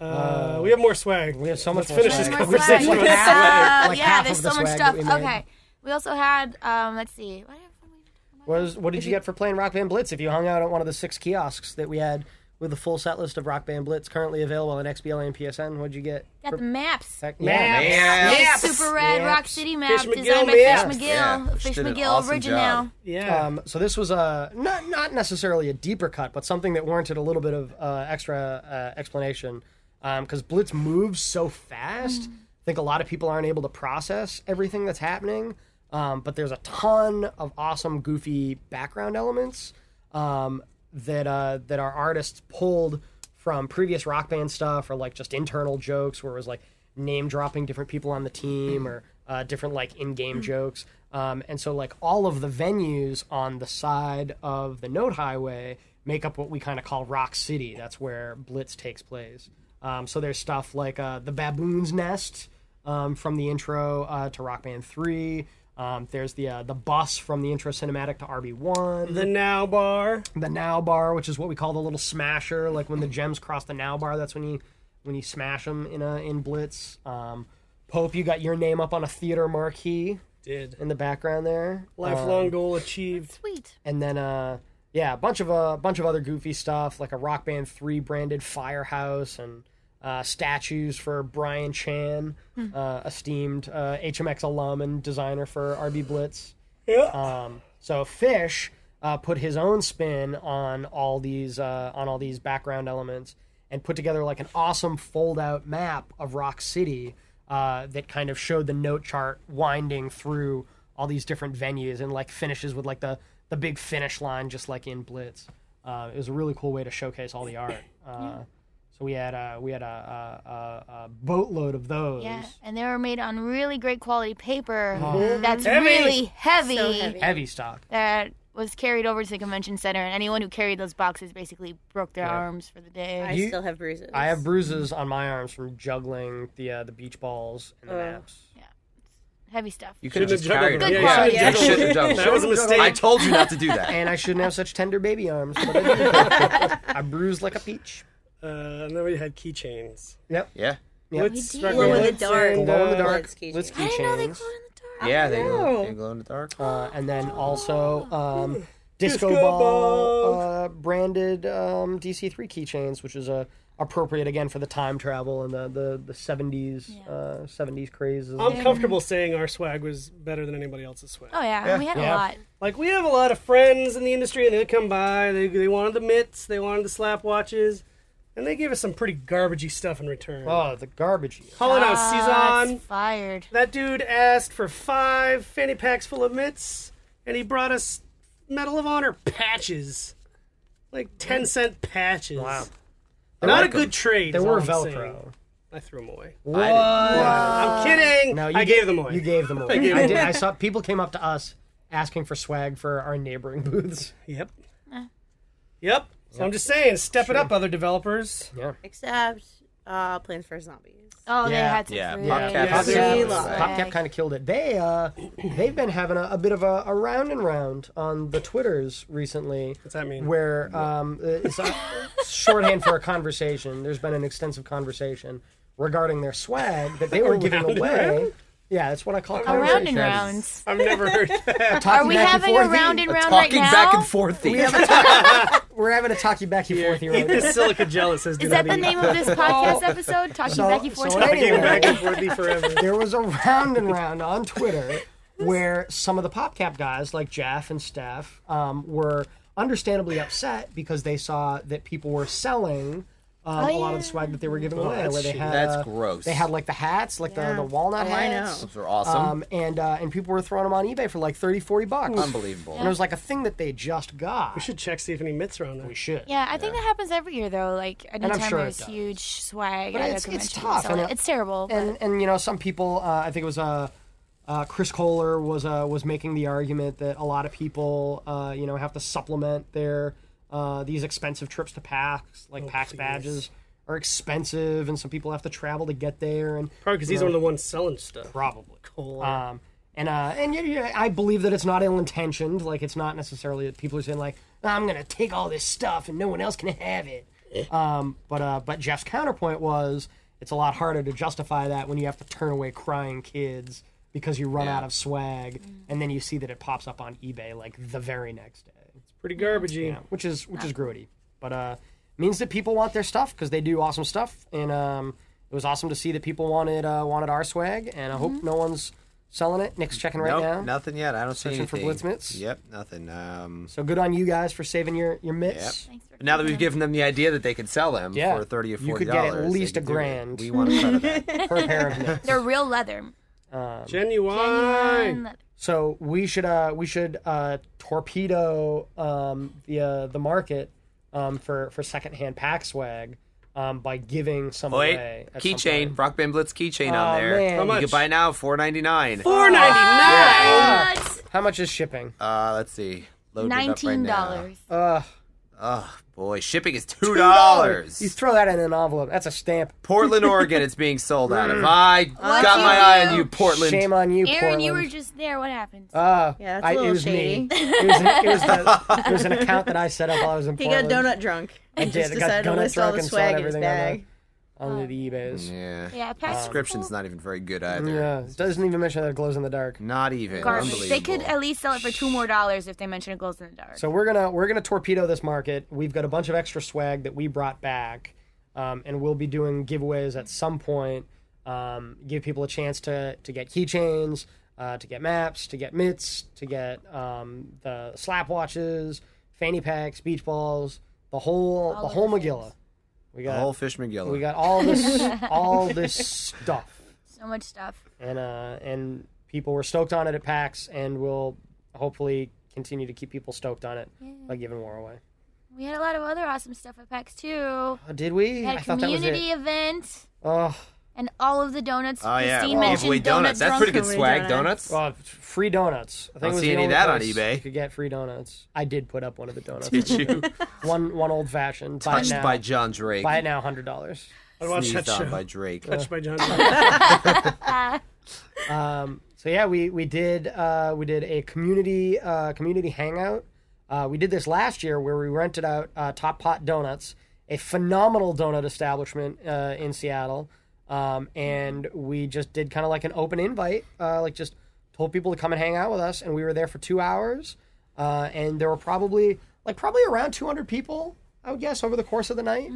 S1: Uh, we have more swag.
S2: We have so
S1: Let's
S2: much more
S1: finish
S2: swag.
S1: this
S4: There's more
S1: conversation.
S4: swag.
S1: with
S2: Half-
S4: Uh,
S2: like half
S4: yeah,
S2: of
S4: there's
S2: the
S4: so much
S2: swag
S4: stuff.
S2: that we made.
S4: okay. We also had, um, let's see. What have we-
S2: What, is, what did you get for playing Rock Band Blitz if you hung out at one of the six kiosks that we had with the full set list of Rock Band Blitz currently available on XBLA and PSN? What'd you get?
S4: Got the maps.
S2: Tech-
S1: Maps.
S3: Yeah.
S4: Those Super Red
S2: Maps.
S4: Rock City map
S1: Fish
S4: designed by
S1: McGill
S4: Fish
S1: maps.
S4: McGill.
S3: Yeah, she
S4: Fish
S3: did an
S4: McGill
S3: awesome
S4: original.
S3: job.
S1: Yeah.
S2: Um, so this was a not not necessarily a deeper cut, but something that warranted a little bit of uh, extra uh, explanation because Blitz moves so fast. I think a lot of people aren't able to process everything that's happening, um, but there's a ton of awesome, goofy background elements um, that uh, that our artists pulled from previous rock band stuff or like just internal jokes where it was like name dropping different people on the team or uh, different like in-game jokes um, and so like all of the venues on the side of the note highway make up what we kind of call rock city that's where blitz takes place um, so there's stuff like uh, the baboon's nest um, from the intro uh, to rock band 3 um, there's the uh, the bus from the intro cinematic to rb1
S1: the Now Bar.
S2: the now bar, which is what we call the little smasher. Like when the gems cross the now bar, that's when you when you smash them in a in blitz. Um, Pope, you got your name up on a theater marquee
S1: Did.
S2: in the background there.
S1: Lifelong goal achieved.
S4: Sweet.
S2: and then uh, yeah, a bunch of a uh, bunch of other goofy stuff like a Rock Band three branded firehouse and uh, statues for Brian Chan, uh, esteemed uh, HMX alum and designer for RB Blitz. Um, so Fish uh, put his own spin on all these uh, on all these background elements and put together like an awesome fold out map of Rock City uh, that kind of showed the note chart winding through all these different venues and like finishes with like the the big finish line just like in Blitz. Uh, it was a really cool way to showcase all the art. Uh, So we had uh, we had a, a, a, a boatload of those.
S4: Yeah, and they were made on really great quality paper. That's
S1: Heavy.
S4: really heavy.
S5: So heavy.
S2: Heavy stock.
S4: That was carried over to the convention center, and anyone who carried those boxes basically broke their arms for the day.
S5: I
S2: You-
S5: still have bruises.
S2: I have bruises on my arms from juggling the uh, the beach balls and the maps.
S4: heavy stuff.
S3: You could have
S1: Shouldn't
S3: just
S1: have
S3: carried
S1: juggled
S3: it.
S4: them. Good
S3: Yeah,
S4: quality.
S3: you shouldn't have juggled
S1: That was a
S3: them.
S1: mistake.
S3: I told you not to do that.
S2: And I shouldn't have such tender baby arms, but I do. I bruise like a peach.
S1: Uh, and then we had keychains.
S2: Yep.
S3: Yeah.
S2: Yep.
S1: Blitz,
S4: Indeed.
S1: Rock
S5: Glow in the
S1: Blitz,
S5: dark.
S1: and,
S2: Glow in the
S1: uh,
S2: dark.
S5: Blitz keychains.
S2: Blitz
S4: I didn't know they
S2: keychains.
S4: glowed in the dark.
S3: Yeah, they glow,
S5: know.
S3: they glow in the dark.
S2: Uh, and then also um, disco,
S1: Disco
S2: ball,
S1: balls.
S2: Uh, branded um, DC3 keychains, which is uh, appropriate again for the time travel and the the, the 70s uh, 70s crazes.
S4: Um,
S1: I'm comfortable saying our swag was better than anybody else's swag.
S4: Oh yeah, we had
S2: Yeah.
S4: a lot.
S1: Like we have a lot of friends in the industry, and they come by. They, they wanted the mitts, they wanted the slap watches, and they gave us some pretty garbagey stuff in return.
S2: oh, the garbage. year.
S1: Calling out
S4: Shots
S1: Cezanne.
S4: fired.
S1: That dude asked for five fanny packs full of mitts, and he brought us Medal of Honor patches, like ten cent patches.
S2: Wow.
S1: Not
S3: like
S1: a good
S3: 'em.
S1: trade.
S2: They
S1: is
S2: were
S1: all I'm
S2: Velcro.
S1: saying. I threw them away.
S3: I
S1: I'm kidding.
S2: No, you
S1: I
S2: ga-
S1: gave them away.
S2: You gave them away. I,
S1: gave them
S2: did. I saw people came up to us asking for swag for our neighboring booths.
S1: Yep. Yep. So I'm just saying, step it up, other developers.
S2: Yeah.
S5: Except uh, Plans for Zombies.
S4: Oh, they
S2: Yeah.
S4: had some
S3: Yeah,
S4: really
S3: Popcap
S1: Yeah,
S4: good
S1: Popcap.
S4: swag.
S5: Love.
S2: PopCap kind of killed it. They uh, they've been having a, a bit of a, a round and round on the twitters recently.
S1: What's that mean?
S2: Where um, it's a shorthand for a conversation. There's been an extensive conversation regarding their swag that they were giving
S1: Oh, Round and
S2: away
S1: round?
S2: Yeah, that's what I call
S4: A round
S2: conversation.
S4: and rounds.
S1: I've never heard that.
S4: Are we having a round and round right
S3: talking back
S4: now?
S3: and forth.
S2: We have a We're having a talkie back and forth here.
S1: Eat this silica gel. It says do
S4: Is that
S1: not
S4: the
S1: eat.
S4: name of this podcast episode? Talking
S2: So-
S4: back and forth.
S2: so
S1: I
S2: anyway-
S1: gave it back and forth forever.
S2: there was a round and round on Twitter where some of the PopCap guys, like Jaff and Steph, um, were understandably upset because they saw that people were selling um,
S5: Oh,
S2: a lot of the swag that they were giving away.
S1: that's
S2: Where they
S1: shitty.
S2: had
S3: Oh, That's
S2: uh,
S3: gross.
S2: They had like the hats, like the, the walnut
S5: Oh, I
S2: hats.
S3: Those are awesome.
S2: Um, and uh, and people were throwing them on eBay for like 30, 40 bucks.
S3: Unbelievable.
S2: And it was like a thing that they just got.
S1: We should check see if any mitts are on there.
S2: We should.
S4: Yeah, I think that happens every year though. Like anytime
S2: sure it
S4: there's
S2: does.
S4: huge swag
S2: But
S4: at
S2: it's-
S4: a
S2: it's
S4: convention, they
S2: tough,
S4: sell
S2: and
S4: it.
S2: it-
S4: it's terrible. but-
S2: and and you know some people uh, I think it was uh, uh, Chris Kohler was uh, was making the argument that a lot of people uh, you know have to supplement their uh, these expensive trips to PAX like PAX badges are expensive and some people have to travel to get there and
S1: Probably because these are the ones selling stuff.
S2: probably
S1: Cool.
S2: um, and uh, and you know, I believe that it's not ill intentioned like it's not necessarily that people are saying like I'm gonna take all this stuff and no one else can have it um, but uh, but Jeff's counterpoint was it's a lot harder to justify that when you have to turn away crying kids because you run out of swag, and then you see that it pops up on eBay like the very next day,
S1: Pretty garbagey.
S2: yeah, which is which is grody, but uh, means that people want their stuff because they do awesome stuff, and um, it was awesome to see that people wanted uh, wanted our swag, and I hope no one's selling it. Nick's checking right
S3: nope,
S2: now.
S3: nothing yet. I don't see
S2: Searching for
S3: anything.
S2: Blitz mitts?
S3: Yep, nothing. Um,
S2: So good on you guys for saving your your
S3: yep.
S2: mitts.
S4: Thanks for
S3: Now that we've
S4: coming
S3: given them the idea that they could sell them
S2: Yeah.
S3: for thirty or
S2: You
S3: forty
S2: could get
S3: dollars,
S2: at least a grand.
S3: We want to cut of that.
S2: Per pair of mitts.
S4: in. they're real leather.
S1: Genuine.
S3: um,
S4: Genuine leather.
S2: So we should uh, we should uh, torpedo um, the uh, the market um, for for secondhand pack swag um, by giving some away.
S3: Wait,
S2: at some
S3: keychain,
S2: point.
S3: Rock Band Blitz keychain
S2: Aw,
S3: on there.
S2: man. How
S3: You
S1: much?
S3: can buy now four ninety nine.
S1: Four ninety nine.
S4: But
S2: How much is shipping?
S3: Uh, let's see. Loaded
S4: Nineteen dollars.
S2: Uh,
S3: Oh boy, shipping is two dollars.
S2: you throw that in an envelope. That's a stamp.
S3: Portland, Oregon, it's being sold out of. I
S4: What'd
S3: got
S4: you
S3: my eye
S4: do?
S3: on you, Portland.
S2: Shame on you,
S4: Aaron,
S2: Portland.
S4: you were just there. What happened?
S2: Uh,
S5: Yeah, that's a
S2: I, it
S5: little
S2: was me.
S5: shady.
S2: It was, an, it, was the, it was an account that I set up while I was in
S5: He
S2: Portland.
S5: got donut drunk.
S2: I
S5: And
S2: did.
S5: just
S2: I got
S5: decided
S2: donut
S5: to list all
S2: drunk
S5: the Oh.
S2: and sold
S5: swag in his
S2: everything on
S5: bag.
S2: on the eBays.
S3: Yeah.
S4: yeah, past
S3: Description's not even very good either.
S2: Yeah, it doesn't even mention that it glows in the dark.
S3: Not even.
S4: garbage. They could
S3: Unbelievable.
S4: at least sell it for two more dollars if they mention it glows in the dark.
S2: So we're gonna we're gonna torpedo this market. We've got a bunch of extra swag that we brought back, um, and we'll be doing giveaways at some point. Um, give people a chance to to get keychains, uh, to get maps, to get mitts, to get um, the slap watches, fanny packs, beach balls, the whole the
S4: of
S2: whole
S4: the
S2: Magilla. We
S3: The
S2: got
S3: whole fish McGill.
S2: we got all this all this stuff,
S4: so much stuff.
S2: and uh, and people were stoked on it at PAX, and we'll hopefully continue to keep people stoked on it by giving more away.
S4: We had a lot of other awesome stuff at PAX too.
S2: Oh, did we?
S4: We had a
S2: I thought that was
S4: community
S2: it.
S4: event
S2: Oh,
S4: and all of the donuts.
S3: Oh yeah,
S4: Christine
S3: we gave
S4: mentioned
S3: away donuts.
S4: donut
S3: That's
S4: drunk
S3: pretty good
S5: away
S3: swag.
S5: donuts.
S3: Donuts.
S2: well, free donuts. I think
S3: Don't
S2: it was
S3: see
S2: the
S3: any of
S2: only
S3: that on
S2: place
S3: eBay.
S2: You could get free donuts. I did put up one of the donuts.
S3: Did you
S2: One one old fashioned. Buy it
S3: touched
S2: now.
S3: by John Drake?
S2: Buy it now, hundred dollars.
S1: I watched that
S3: Sneezed on
S1: show.
S3: by Drake.
S1: Touched by John. Lennon.
S2: Um, so yeah, we we did uh, we did a community uh, community hangout. Uh, we did this last year where we rented out uh, Top Pot Donuts, a phenomenal donut establishment uh, in Seattle, um, and we just did kind of like an open invite, uh, like just told people to come and hang out with us, and we were there for two hours, uh, and there were probably like probably around 200 people, I would guess, over the course of the night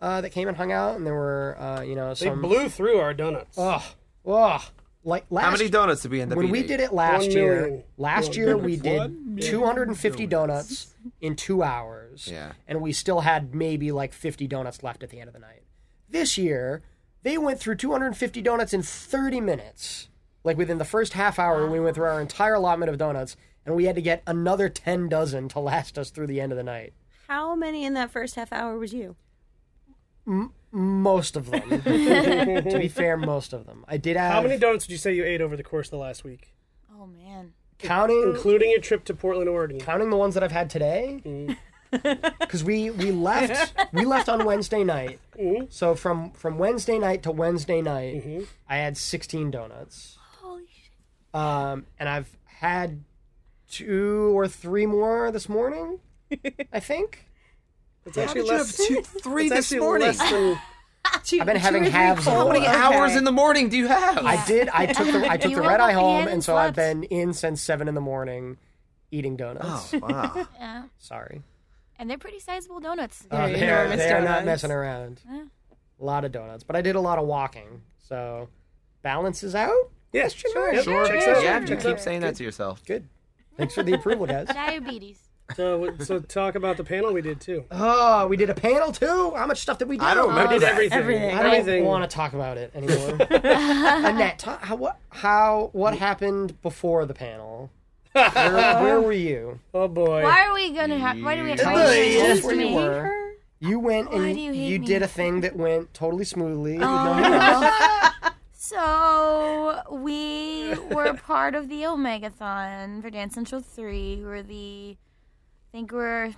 S2: uh, that came and hung out, and there were uh, you know
S1: they
S2: some
S1: blew through our donuts.
S3: Uh,
S2: ugh, ugh, like last
S3: How many donuts did we end up
S2: when
S3: eating?
S2: we did it last
S1: One
S2: year,
S1: million
S2: last year we did 250 donuts in two hours.
S3: Yeah.
S2: And we still had maybe like 50 donuts left at the end of the night. This year, they went through 250 donuts in 30 minutes. Like within the first half hour, we went through our entire allotment of donuts, and we had to get another 10 dozen to last us through the end of the night.
S5: How many in that first half hour was you?
S2: Most of them. to be fair, most of them. I did have
S1: How many donuts would you say you ate over the course of the last week,
S4: Oh man.
S3: Uh,
S2: counting
S1: including your trip to Portland, Oregon?
S2: counting the ones that I've had today,
S4: Mm.
S2: because we we left we left on Wednesday night.
S4: Mm-hmm.
S2: So from from Wednesday night to Wednesday night, I had sixteen donuts,
S4: Holy shit.
S2: um, and I've had two or three more this morning. I think
S1: It's actually less.
S3: two, three
S1: it's
S3: this
S1: actually
S3: morning.
S1: less than
S6: Two,
S2: I've been having
S6: two or three
S2: halves of
S6: cold-
S2: How many
S6: okay.
S3: Hours in the morning do you have?
S2: I did. I took the I took
S4: You
S2: the
S4: woke
S2: red eye
S4: up, you
S2: home,
S4: hadn't
S2: and so I've been
S4: slept.
S2: in since seven in the morning, eating
S3: Oh,
S2: donuts.
S3: wow.
S4: Yeah.
S2: Sorry,
S4: And they're pretty sizable donuts.
S2: Uh,
S5: They're
S2: they are
S5: enormous
S2: they are not
S5: donuts.
S2: messing around. A lot of donuts, but I did a lot of walking, so balances out.
S1: Yeah,
S2: Sure,
S1: Yep,
S2: sure,
S1: checks
S2: sure.
S1: out.
S3: yeah, you keep saying that to yourself.
S2: Good. Thanks for the approval, guys.
S4: Diabetes.
S1: So, so talk about the panel we did too.
S2: Oh, we did a panel too. How much stuff did we do?
S3: I don't remember
S1: We did
S3: that.
S1: everything.
S5: Everything.
S2: I don't
S1: Everything.
S2: want to talk about it anymore. Annette, ta- how what how what happened before the panel? Where, where were you?
S1: Oh boy.
S4: Why are we gonna have? Why do we? Why
S2: Yeah.
S4: do you
S2: Yeah.
S4: do this to
S2: Where you
S4: me?
S2: were. You went and
S4: Why do you hate
S2: you
S4: me? Oh.
S2: did a thing that went totally smoothly. with no
S4: So we were part of the Omegathon for Dance Central Three. We We're the, I think we're,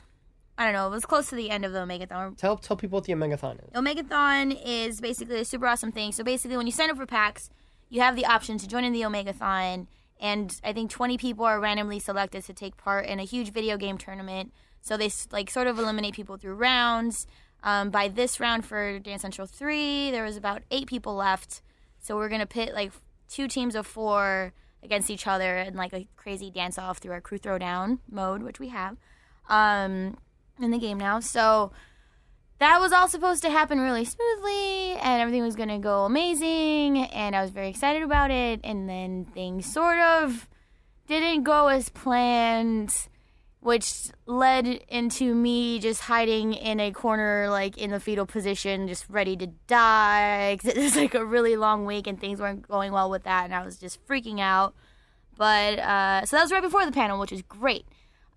S4: I don't know. It was close to the end of the Omegathon.
S2: Tell tell people what the Omegathon is.
S4: Omegathon is basically a super awesome thing. So basically, when you sign up for packs, you have the option to join in the Omegathon, and I think 20 people are randomly selected to take part in a huge video game tournament. So they s- like sort of eliminate people through rounds. Um, by this round for Dance Central Three, there was about eight people left. So we're gonna pit like two teams of four against each other in like a crazy dance off through our crew throwdown mode, which we have um, in the game now. So that was all supposed to happen really smoothly and everything was going to go amazing and I was very excited about it and then things sort of didn't go as planned which led into me just hiding in a corner like in the fetal position just ready to die 'cause it was like a really long week and things weren't going well with that and I was just freaking out but uh, so that was right before the panel which was great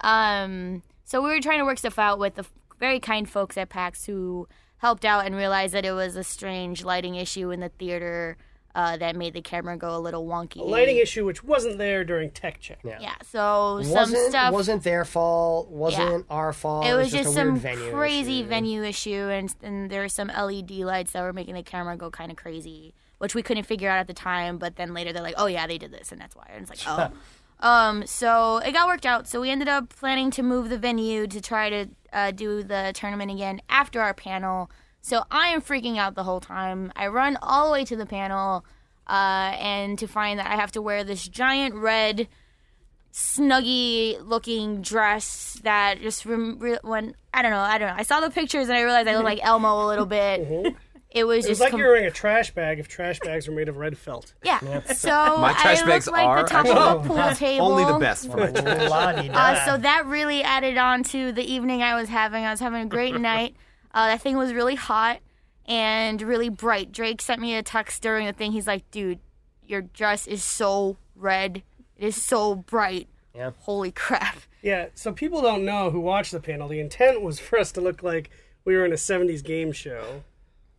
S4: um, so we were trying to work stuff out with the very kind folks at PAX who helped out and realized that it was a strange lighting issue in the theater uh, that made the camera go a little wonky.
S1: Lighting issue, which wasn't there during tech check.
S4: Yeah. So some
S2: wasn't
S4: stuff.
S2: wasn't their fault. Wasn't our fault.
S4: it was just,
S2: a
S4: some
S2: weird venue
S4: crazy
S2: issue.
S4: venue issue, and, and there were some LED lights that were making the camera go kind of crazy, which we couldn't figure out at the time. But then later they're like, "Oh yeah, they did this, and that's why." And it's like, "Oh." Um, so it got worked out. So we ended up planning to move the venue to try to uh, do the tournament again after our panel. So I am freaking out the whole time. I run all the way to the panel, uh, and to find that I have to wear this giant red snuggy looking dress that just rem- re- when I don't know I don't know I saw the pictures and I realized I looked like Elmo a little bit. It was
S1: Mm-hmm. It was
S4: just
S1: like
S4: com-
S1: you were wearing a trash bag if trash bags were made of red felt.
S4: yeah. So My
S3: trash
S4: I
S3: bags
S4: looked like
S3: are
S4: the top of a pool table.
S3: Only the best for my
S2: La-di-da.
S4: Uh, so that really added on to the evening I was having. I was having a great night. Uh, that thing was really hot and really bright. Drake sent me a text during the thing. He's like, dude, your dress is so red. It is so bright.
S2: Yeah.
S4: Holy crap.
S1: Yeah, so people don't know who watched the panel. The intent was for us to look like we were in a 70s game show.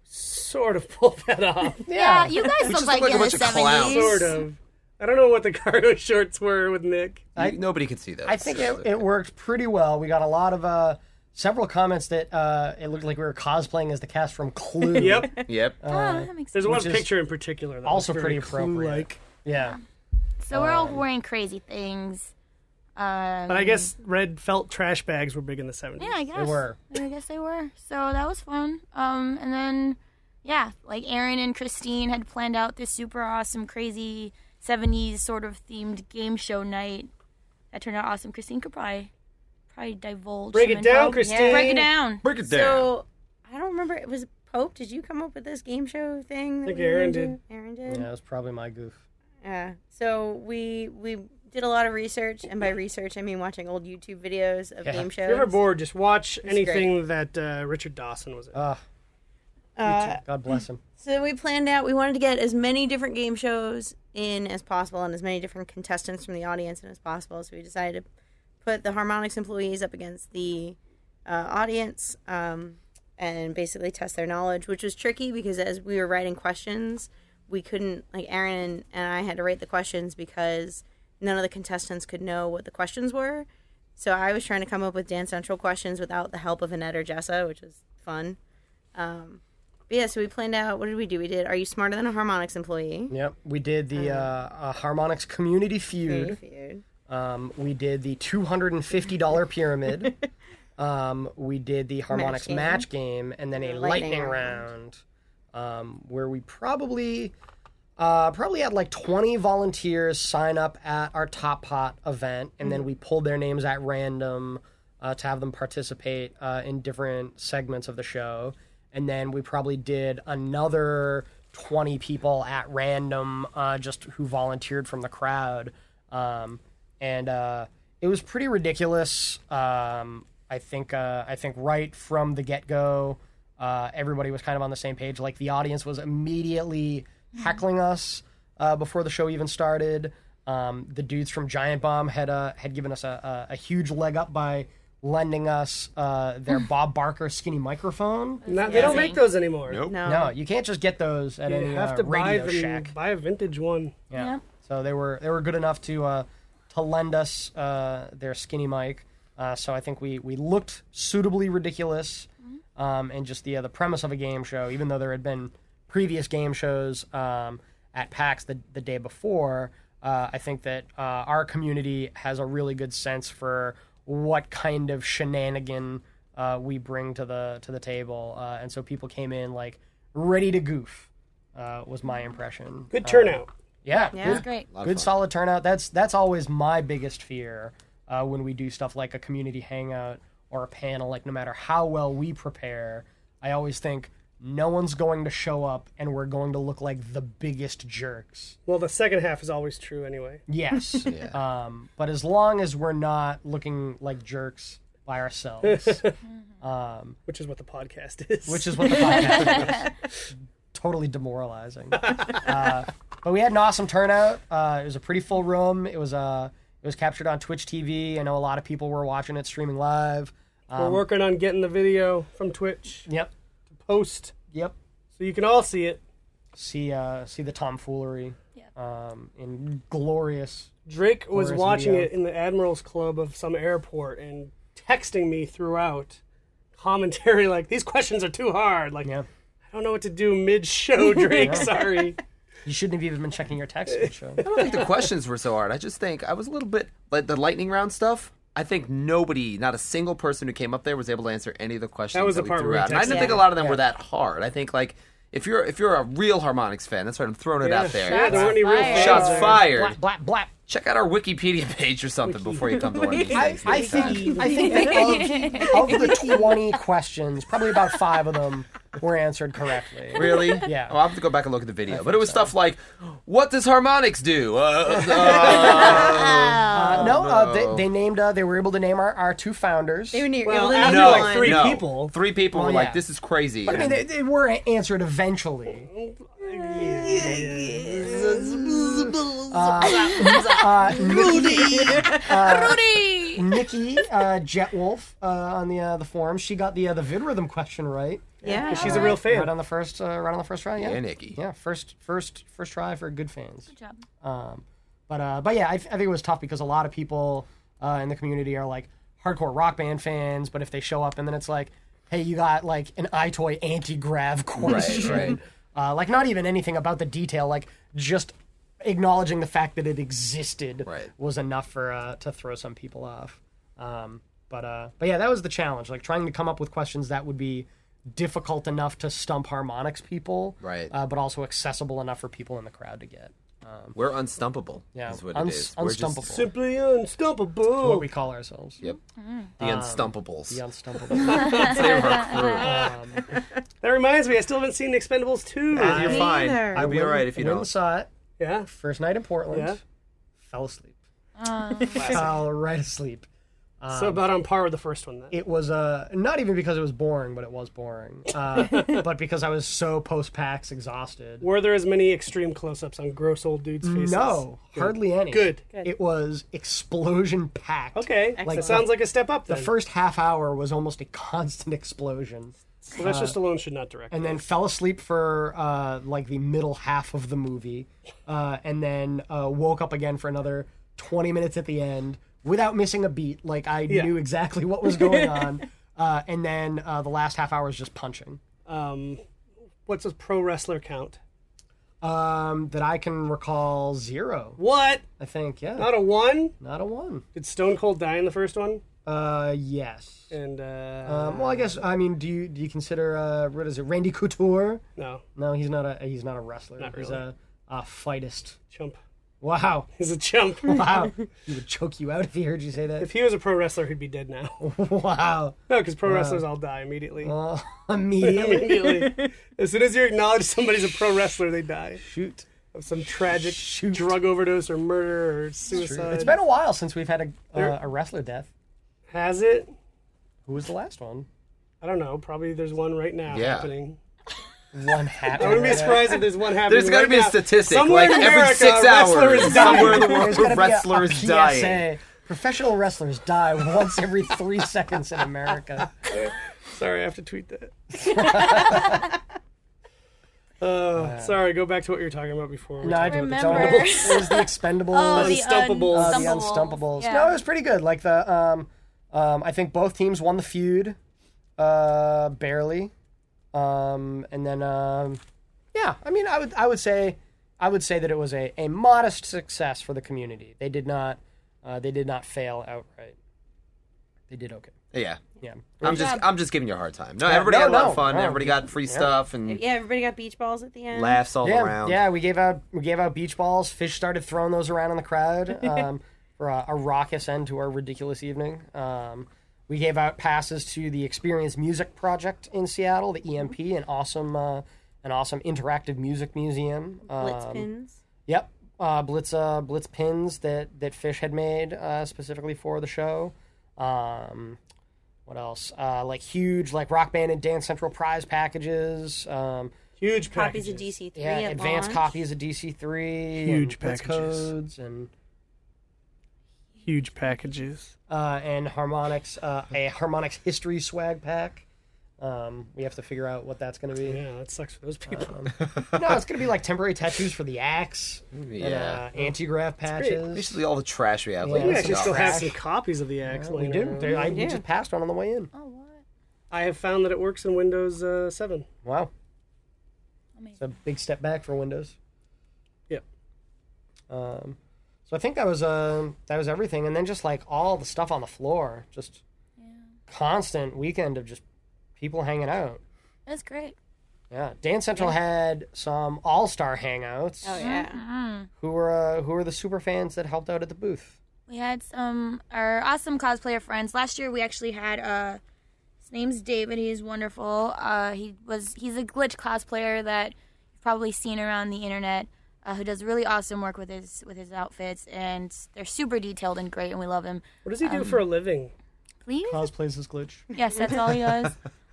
S1: Sort of pulled that off.
S4: Yeah, you guys
S3: just
S4: look
S3: look
S4: like,
S3: like a
S4: you're in
S3: bunch
S4: the
S3: of clowns.
S4: seventies.
S1: sort of. I don't know what the cargo shorts were with Nick.
S3: You- Nobody could see those.
S2: I think it, it worked pretty well. We got a lot of uh, several comments that uh, it looked like we were cosplaying as the cast from Clue.
S1: Yep.
S3: Yep.
S4: Oh, that makes sense.
S1: There's one
S2: Which is
S1: picture in particular that
S2: also
S1: was
S2: pretty
S1: very
S2: appropriate.
S1: Clue-like.
S2: Yeah.
S4: So we're all wearing crazy things. Um,
S1: But I guess red felt trash bags were big in the 70s.
S4: yeah, I guess
S2: were.
S4: I guess they were. So that was fun. Um, and then yeah, like Aaron and Christine had planned out this super awesome, crazy '70s sort of themed game show night that turned out awesome. Christine could probably probably divulge.
S1: Break
S4: some
S1: it down,
S4: info.
S1: Christine.
S4: Break it down.
S3: Break it down.
S5: So I don't remember. It was Pope. Did you come up with this game show thing? that
S1: think
S5: we were
S1: Aaron
S5: gonna do? Aaron did.
S2: Yeah, that was probably my goof.
S5: Yeah. So we we did a lot of research, and by research I mean watching old YouTube videos of
S2: Yeah.
S5: game
S1: If
S5: shows.
S1: you're ever bored, just watch anything that uh, Richard Dawson was in.
S2: Ah,
S5: Uh,
S2: God bless him.
S5: so we planned out. We wanted to get as many different game shows in as possible, and as many different contestants from the audience in as possible. So we decided to put the harmonics employees up against the uh, audience. Um, and basically test their knowledge, which was tricky because as we were writing questions, we couldn't like Aaron and I had to write the questions because none of the contestants could know what the questions were. So I was trying to come up with Dance Central questions without the help of Annette or Jessa, which was fun. Um, but yeah, so we planned out. What did we do? We did. Are you smarter than a harmonics employee?
S2: Yep. We did the uh, uh, harmonics community feud.
S5: Feud.
S2: Um, we did the two hundred and fifty dollar pyramid. um, we did the harmonics
S5: game.
S2: match game, and then a
S5: The
S2: lightning,
S5: lightning
S2: round. um, where we probably uh, probably had like 20 volunteers sign up at our Top Pot event, and then we pulled their names at random uh, to have them participate uh, in different segments of the show. And then we probably did another 20 people at random uh, just who volunteered from the crowd. Um, and uh, it was pretty ridiculous. Um, I think uh, I think right from the get go, uh, everybody was kind of on the same page. Like the audience was immediately heckling us uh, before the show even started. Um, the dudes from Giant Bomb had uh, had given us a, a, a huge leg up by lending us uh, their Bob Barker skinny microphone.
S1: Not, they don't make those anymore.
S3: Nope.
S5: No.
S2: No, you can't just get those at
S1: You
S2: any
S1: have
S2: uh,
S1: to buy
S2: Radio
S1: them,
S2: Shack.
S1: buy a vintage one.
S2: Yeah.
S4: Yeah.
S2: So they were they were good enough to uh, to lend us uh, their skinny mic. Uh, so I think we we looked suitably ridiculous, um, and just the uh, the premise of a game show. Even though there had been previous game shows um, at PAX the the day before, uh, I think that uh, our community has a really good sense for what kind of shenanigan uh, we bring to the to the table, uh, and so people came in like ready to goof. Uh, was my impression.
S1: Good turnout.
S2: Yeah,
S5: Yeah.
S2: good-
S4: That's great.
S2: good solid turnout. That's that's always my biggest fear uh, when we do stuff like a community hangout or a panel. Like no matter how well we prepare, I always think no one's going to show up and we're going to look like the biggest jerks.
S1: Well, the second half is always true anyway.
S2: Yes, um, but as long as we're not looking like jerks by ourselves, um,
S1: which is what the podcast is.
S2: which is what the podcast is. Totally demoralizing. Uh, but we had an awesome turnout. Uh, it was a pretty full room. It was uh, it was captured on Twitch TV. I know a lot of people were watching it streaming live. um,
S1: we're working on getting the video from Twitch
S2: Yep,
S1: post
S2: yep.
S1: so you can all see it.
S2: See uh, see the tomfoolery um, in glorious.
S1: Drake was
S2: Where's
S1: watching
S2: Leo?
S1: it in the Admiral's Club of some airport and texting me throughout commentary like these questions are too hard. Like
S2: Yeah,
S1: I don't know what to do mid show, Drake. Sorry.
S2: you shouldn't have even been checking your text. for the show.
S3: I don't think the questions were so hard. I just think I was a little bit like the lightning round stuff. I think nobody, not a single person who came up there, was able to answer any of the questions
S1: That was the
S3: we
S1: part
S3: threw
S1: where we
S3: out. And I didn't
S1: texted.
S3: think a lot of them were that hard. I think like if you're if you're a real harmonics fan, that's right. I'm throwing it out there.
S1: Yeah, there weren't any real
S4: fired.
S1: fans
S3: Shots
S1: there.
S3: fired.
S2: blap blap blap.
S3: Check out our Wikipedia page or something before you come to one of these
S2: I,
S3: things.
S2: I
S3: next time.
S2: think I think that of, of the twenty questions, probably about five of them were answered correctly.
S3: Really?
S2: Yeah.
S3: Oh, I'll have to go back and look at the video. But it was stuff like, what does harmonics do? Uh, uh,
S2: Uh, no, uh, they, they named. Uh, they were able to name our, our two founders.
S5: They were near
S1: Well,
S5: able to
S1: after
S5: name
S1: like
S5: one.
S1: three
S3: no.
S1: people.
S3: Three people were
S2: Well, yeah.
S3: like, this is crazy.
S2: I mean, they, they were answered eventually. Uh, Nikki, uh,
S4: Rudy!
S2: Nikki uh, Jetwolf uh, on the uh, the forum, she got the uh, the vid rhythm question right.
S5: Yeah.
S1: She's a real
S2: Right
S1: fan.
S2: on the first, uh, right on the first try. Yeah,
S3: Yeah, Nikki.
S2: Yeah, first, first, first try for good fans.
S4: Good job.
S2: Um, but uh, but yeah, I, th- I think it was tough because a lot of people uh, in the community are like hardcore rock band fans, but if they show up and then it's like, hey, you got like an iToy anti grav question,
S3: right.
S2: Uh, like not even anything about the detail, like just acknowledging the fact that it existed
S3: Right.
S2: was enough for uh, to throw some people off. Um, but uh, but yeah, that was the challenge, like trying to come up with questions that would be difficult enough to stump harmonics people,
S3: Right.
S2: Uh, but also accessible enough for people in the crowd to get.
S3: We're unstumpable.
S2: Yeah.
S3: Is what
S2: Uns-
S3: it is. We're just-
S2: unstumpable.
S1: Simply
S2: what
S1: unstoppable.
S2: we call ourselves.
S3: yep. The unstumpables.
S2: The unstumpable.
S3: It's their crew.
S2: Um,
S1: That reminds me, I still haven't seen Expendables 2.
S3: You're fine.
S5: neither.
S3: I'll be all right if you
S2: Went
S3: don't.
S2: and saw it
S1: yeah.
S2: first night in Portland.
S1: Yeah.
S2: Fell asleep. fell right asleep.
S1: so about on par with the first one then.
S2: Um, It was uh, not even because it was boring, but it was boring. Uh, but because I was so post PAX exhausted.
S1: Were there as many extreme close-ups on gross old dudes' faces?
S2: No, hardly any.
S1: Good.
S2: It was explosion packed.
S1: Okay,
S2: Like
S1: that sounds like a step up.
S2: The
S1: Then.
S2: first half hour was almost a constant explosion.
S1: Sylvester Stallone should not direct.
S2: uh, and then fell asleep for uh, like the middle half of the movie, uh, and then uh, woke up again for another twenty minutes at the end without missing a beat. Like I knew exactly what was going on, uh, and then uh, the last half hour is just punching.
S1: Um, what's a pro wrestler count?
S2: Um, that I can recall zero.
S1: What?
S2: I think yeah,
S1: Not a one?
S2: not a one.
S1: Did Stone Cold die in the first one?
S2: Uh, yes.
S1: And uh,
S2: Um, well, I guess I mean, do you do you consider uh, what is it, Randy Couture?
S1: no,
S2: No, he's not a he's not a wrestler.
S1: Not
S2: He's
S1: really.
S2: a, a fightist.
S1: chump.
S2: Wow,
S1: He's a chump.
S2: wow! he would choke you out if he heard you say that.
S1: if he was a pro wrestler, he'd be dead now.
S2: wow,
S1: No, because pro wrestlers all die immediately.
S2: uh, immediately
S1: Immediately. as soon as you acknowledge somebody's a pro wrestler, they die
S2: shoot.
S1: of some tragic
S2: Shoot.
S1: drug overdose or murder or suicide.
S2: It's been a while since we've had a uh, a wrestler death.
S1: Has it?
S2: Who was the last one?
S1: I don't know. Probably there's one right now
S3: Yeah.
S1: happening.
S2: One hat.
S1: I wouldn't be surprised if there's one happening.
S3: There's got to
S1: right
S3: be a
S1: now.
S3: statistic.
S1: Somewhere
S3: like
S1: in
S3: every
S1: America,
S3: six
S1: a wrestler
S3: hours,
S1: is dying.
S3: somewhere in the world, a wrestler
S2: wrestlers
S3: is dying.
S2: Professional wrestlers die once every three seconds in America.
S1: Sorry, I have to tweet that. uh, sorry, go back to what you were talking about before. We
S2: No, I
S1: talked-
S2: do. It's
S4: Remember.
S2: all- It was the Expendables.
S4: Oh, the
S1: Unstumpables.
S2: Uh, the
S4: Unstumpables.
S2: Unstumpables.
S4: Yeah.
S2: No, it was pretty good. Like the, um, um, I think both teams won the feud, uh, barely, um, and then, um, yeah. I mean, I would, I would say, I would say that it was a, a modest success for the community. They did not, uh, they did not fail outright. They did okay.
S3: Yeah.
S2: Yeah.
S3: I'm just, I'm just giving you a hard time. No, everybody
S2: no,
S3: had a lot
S2: no,
S3: of fun.
S2: no.
S3: Everybody got free stuff and
S5: Yeah, everybody got beach balls at the end.
S3: laughs all
S2: yeah,
S3: around.
S2: yeah. We gave out, we gave out beach balls. Fish started throwing those around in the crowd um, for a, a raucous end to our ridiculous evening. Um, we gave out passes to the Experience Music Project in Seattle, the EMP, an awesome, uh, an awesome interactive music museum. Um,
S5: Blitz pins.
S2: Yep, uh, blitz, uh, blitz pins that that Fish had made uh, specifically for the show. Um, what else? Uh, like huge, like rock band and dance central prize packages. Um,
S1: Huge
S5: Copies
S1: packages.
S5: of DC three.
S2: yeah,
S5: at
S2: advanced
S5: launch.
S2: copies of DC three,
S1: Huge
S2: and blitz
S1: packages.
S2: codes, and
S1: Huge packages.
S2: uh, and harmonics, uh, a harmonics history swag pack. Um, we have to figure out what that's going to be. Um,
S1: Yeah, that sucks for those people.
S2: no, it's going to be like temporary tattoos for the axe,
S3: Yeah.
S2: and, uh, anti-grav patches.
S3: Basically, all the trash we have. Like,
S2: Yeah,
S1: we
S3: it's
S1: actually
S3: not-
S1: still have
S2: trash.
S1: some copies of the axe.
S2: We
S1: laying
S2: do.
S1: around.
S2: There- I
S5: Yeah.
S2: just passed one on the way in.
S4: Oh, what?
S1: I have found that it works in Windows uh, 7.
S2: Wow, it's
S4: Amazing.
S2: a big step back for Windows.
S1: Yep.
S2: Um, so I think that was uh, that was everything, and then just like all the stuff on the floor, just constant weekend of just people hanging out.
S4: That's great.
S2: Yeah, Dance Central had some all-star hangouts.
S5: Oh yeah.
S4: Mm-hmm.
S2: Who were uh, who were the super fans that helped out at the booth?
S4: We had some our awesome cosplayer friends. Last year we actually had uh his name's David. He is wonderful. Uh he was he's a glitch cosplayer that you've probably seen around the internet. Uh, who does really awesome work with his with his outfits and they're super detailed and great and we love him.
S1: What does he
S5: Um,
S1: do for a living?
S4: Please?
S2: Cosplays as glitch.
S4: Yes, that's all he does.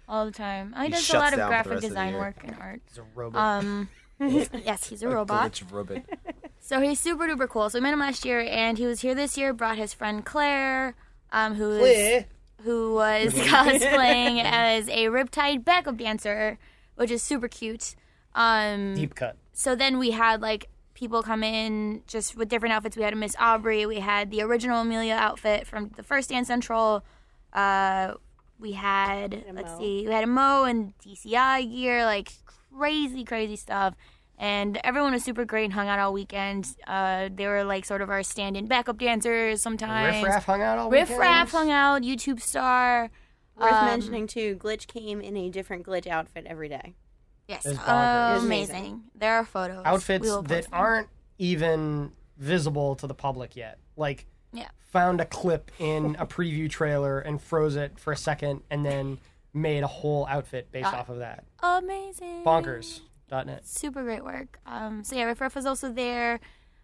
S4: All the time. Oh, he,
S3: He
S4: does a
S3: shuts
S4: lot of
S3: down for the
S4: graphic
S3: rest of the
S4: design
S3: year.
S4: work and art.
S2: He's a robot.
S4: Um yes, he's a robot.
S3: Glitch robot.
S4: So he's super duper cool. So we met him last year, and he was here this year. Brought his friend Claire, um, who is who was cosplaying as a Riptide backup dancer, which is super cute. Um,
S2: Deep cut.
S4: so then we had like people come in just with different outfits. We had a Miss Aubrey. We had the original Amelia outfit from the first Dance Central. Uh, we had let's
S5: Mo.
S4: see, we had a Mo and DCI gear, like crazy, crazy stuff. And everyone was super great and hung out all weekend. Uh, they were like sort of our stand-in backup dancers sometimes.
S2: Riff Raff hung out all
S4: Riff
S2: weekend.
S4: Raff hung out. YouTube star.
S5: Worth
S4: Um,
S5: mentioning too, Glitch came in a different Glitch outfit every day.
S4: Yes,
S2: It was bonkers.
S5: It was
S4: amazing.
S5: amazing.
S4: There are photos.
S2: outfits
S4: We will
S2: that
S4: post them.
S2: aren't even visible to the public yet. Like,
S4: Yeah.
S2: found a clip in a preview trailer and froze it for a second, and then made a whole outfit based off of that.
S4: amazing.
S2: Bonkers.net.
S4: super great work. Um, so yeah, Riff Raff was also there.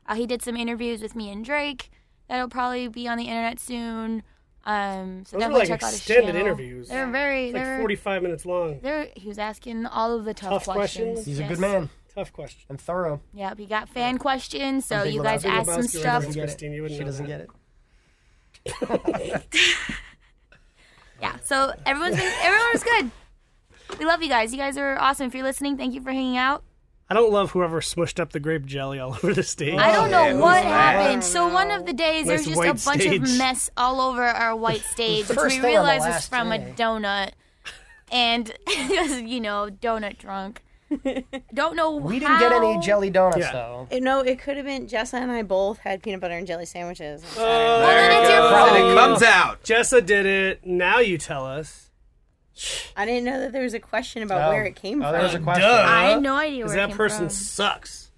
S4: Uh, he did some interviews with me and Drake. That'll probably be on the internet soon. Um,
S1: Those
S4: so
S1: were,
S4: definitely
S1: like,
S4: check out his
S1: extended
S4: channel.
S1: interviews.
S4: They're very
S1: It's
S4: they're,
S1: like 45 minutes long.
S4: they're he was asking all of the tough,
S1: Tough questions?
S2: He's a
S4: Yes.
S2: good man
S1: Tough question.
S2: and thorough.
S4: Yep, he got fan questions, so
S2: Big
S4: you guys
S2: Lebowski.
S4: asked some
S1: Lebowski
S4: stuff.
S1: reference.
S2: Doesn't get it.
S1: Christine, you wouldn't
S2: She
S1: know
S2: doesn't
S1: that.
S2: get it.
S4: Yeah, so everyone's been, everyone was good. We love you guys. You guys are awesome. If you're listening, thank you for hanging out.
S1: I don't love whoever smushed up the grape jelly all over the stage.
S4: I
S2: Oh,
S4: don't know
S3: yeah, who's
S4: what
S3: that?
S4: happened. So one of the
S1: Nice
S4: days there's just a
S1: white
S4: bunch of
S1: stage.
S4: mess all over our white stage, which
S2: First thing on
S4: we
S2: the
S4: realized was
S2: last
S4: from a
S2: day.
S4: donut, and it was, you know donut drunk. Don't know
S2: We didn't get any
S4: how-
S2: jelly donuts
S1: Yeah.
S2: though.
S5: It- no, it could have been Jessa and I both had peanut butter and jelly sandwiches. on Saturday.
S1: Oh,
S4: then it's your
S3: And
S4: fault.
S3: it comes out.
S1: Jessa did it. Now you tell us.
S5: I didn't know that there was a question about
S2: Oh.
S5: where it came
S2: Oh,
S5: from.
S2: there was a question.
S1: Duh.
S4: I had no idea where
S1: Because
S4: it
S1: that
S4: came
S1: person
S4: from.
S1: sucks.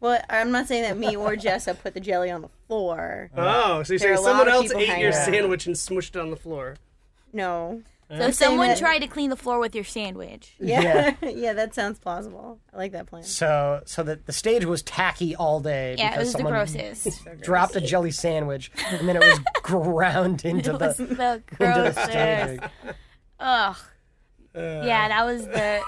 S5: Well, I'm not saying that me or Jessa put the jelly on the floor.
S1: Oh, so you're
S5: There
S1: saying
S5: are a lot
S1: someone
S5: of
S1: else
S5: people
S1: ate
S5: hanging
S1: your
S5: out.
S1: sandwich and smushed it on the floor.
S5: No.
S4: So someone
S5: that-
S4: tried to clean the floor with your sandwich.
S5: Yeah. Yeah. that sounds plausible. I like that plan.
S2: So so the, the stage was tacky all day
S4: Yeah, it
S2: because
S4: was the
S2: someone
S4: grossest.
S2: dropped a jelly sandwich and then it was ground into
S4: it was
S2: the
S4: the
S2: into the
S4: grossest.
S2: staging.
S4: Ugh.
S2: Uh.
S4: yeah, that was the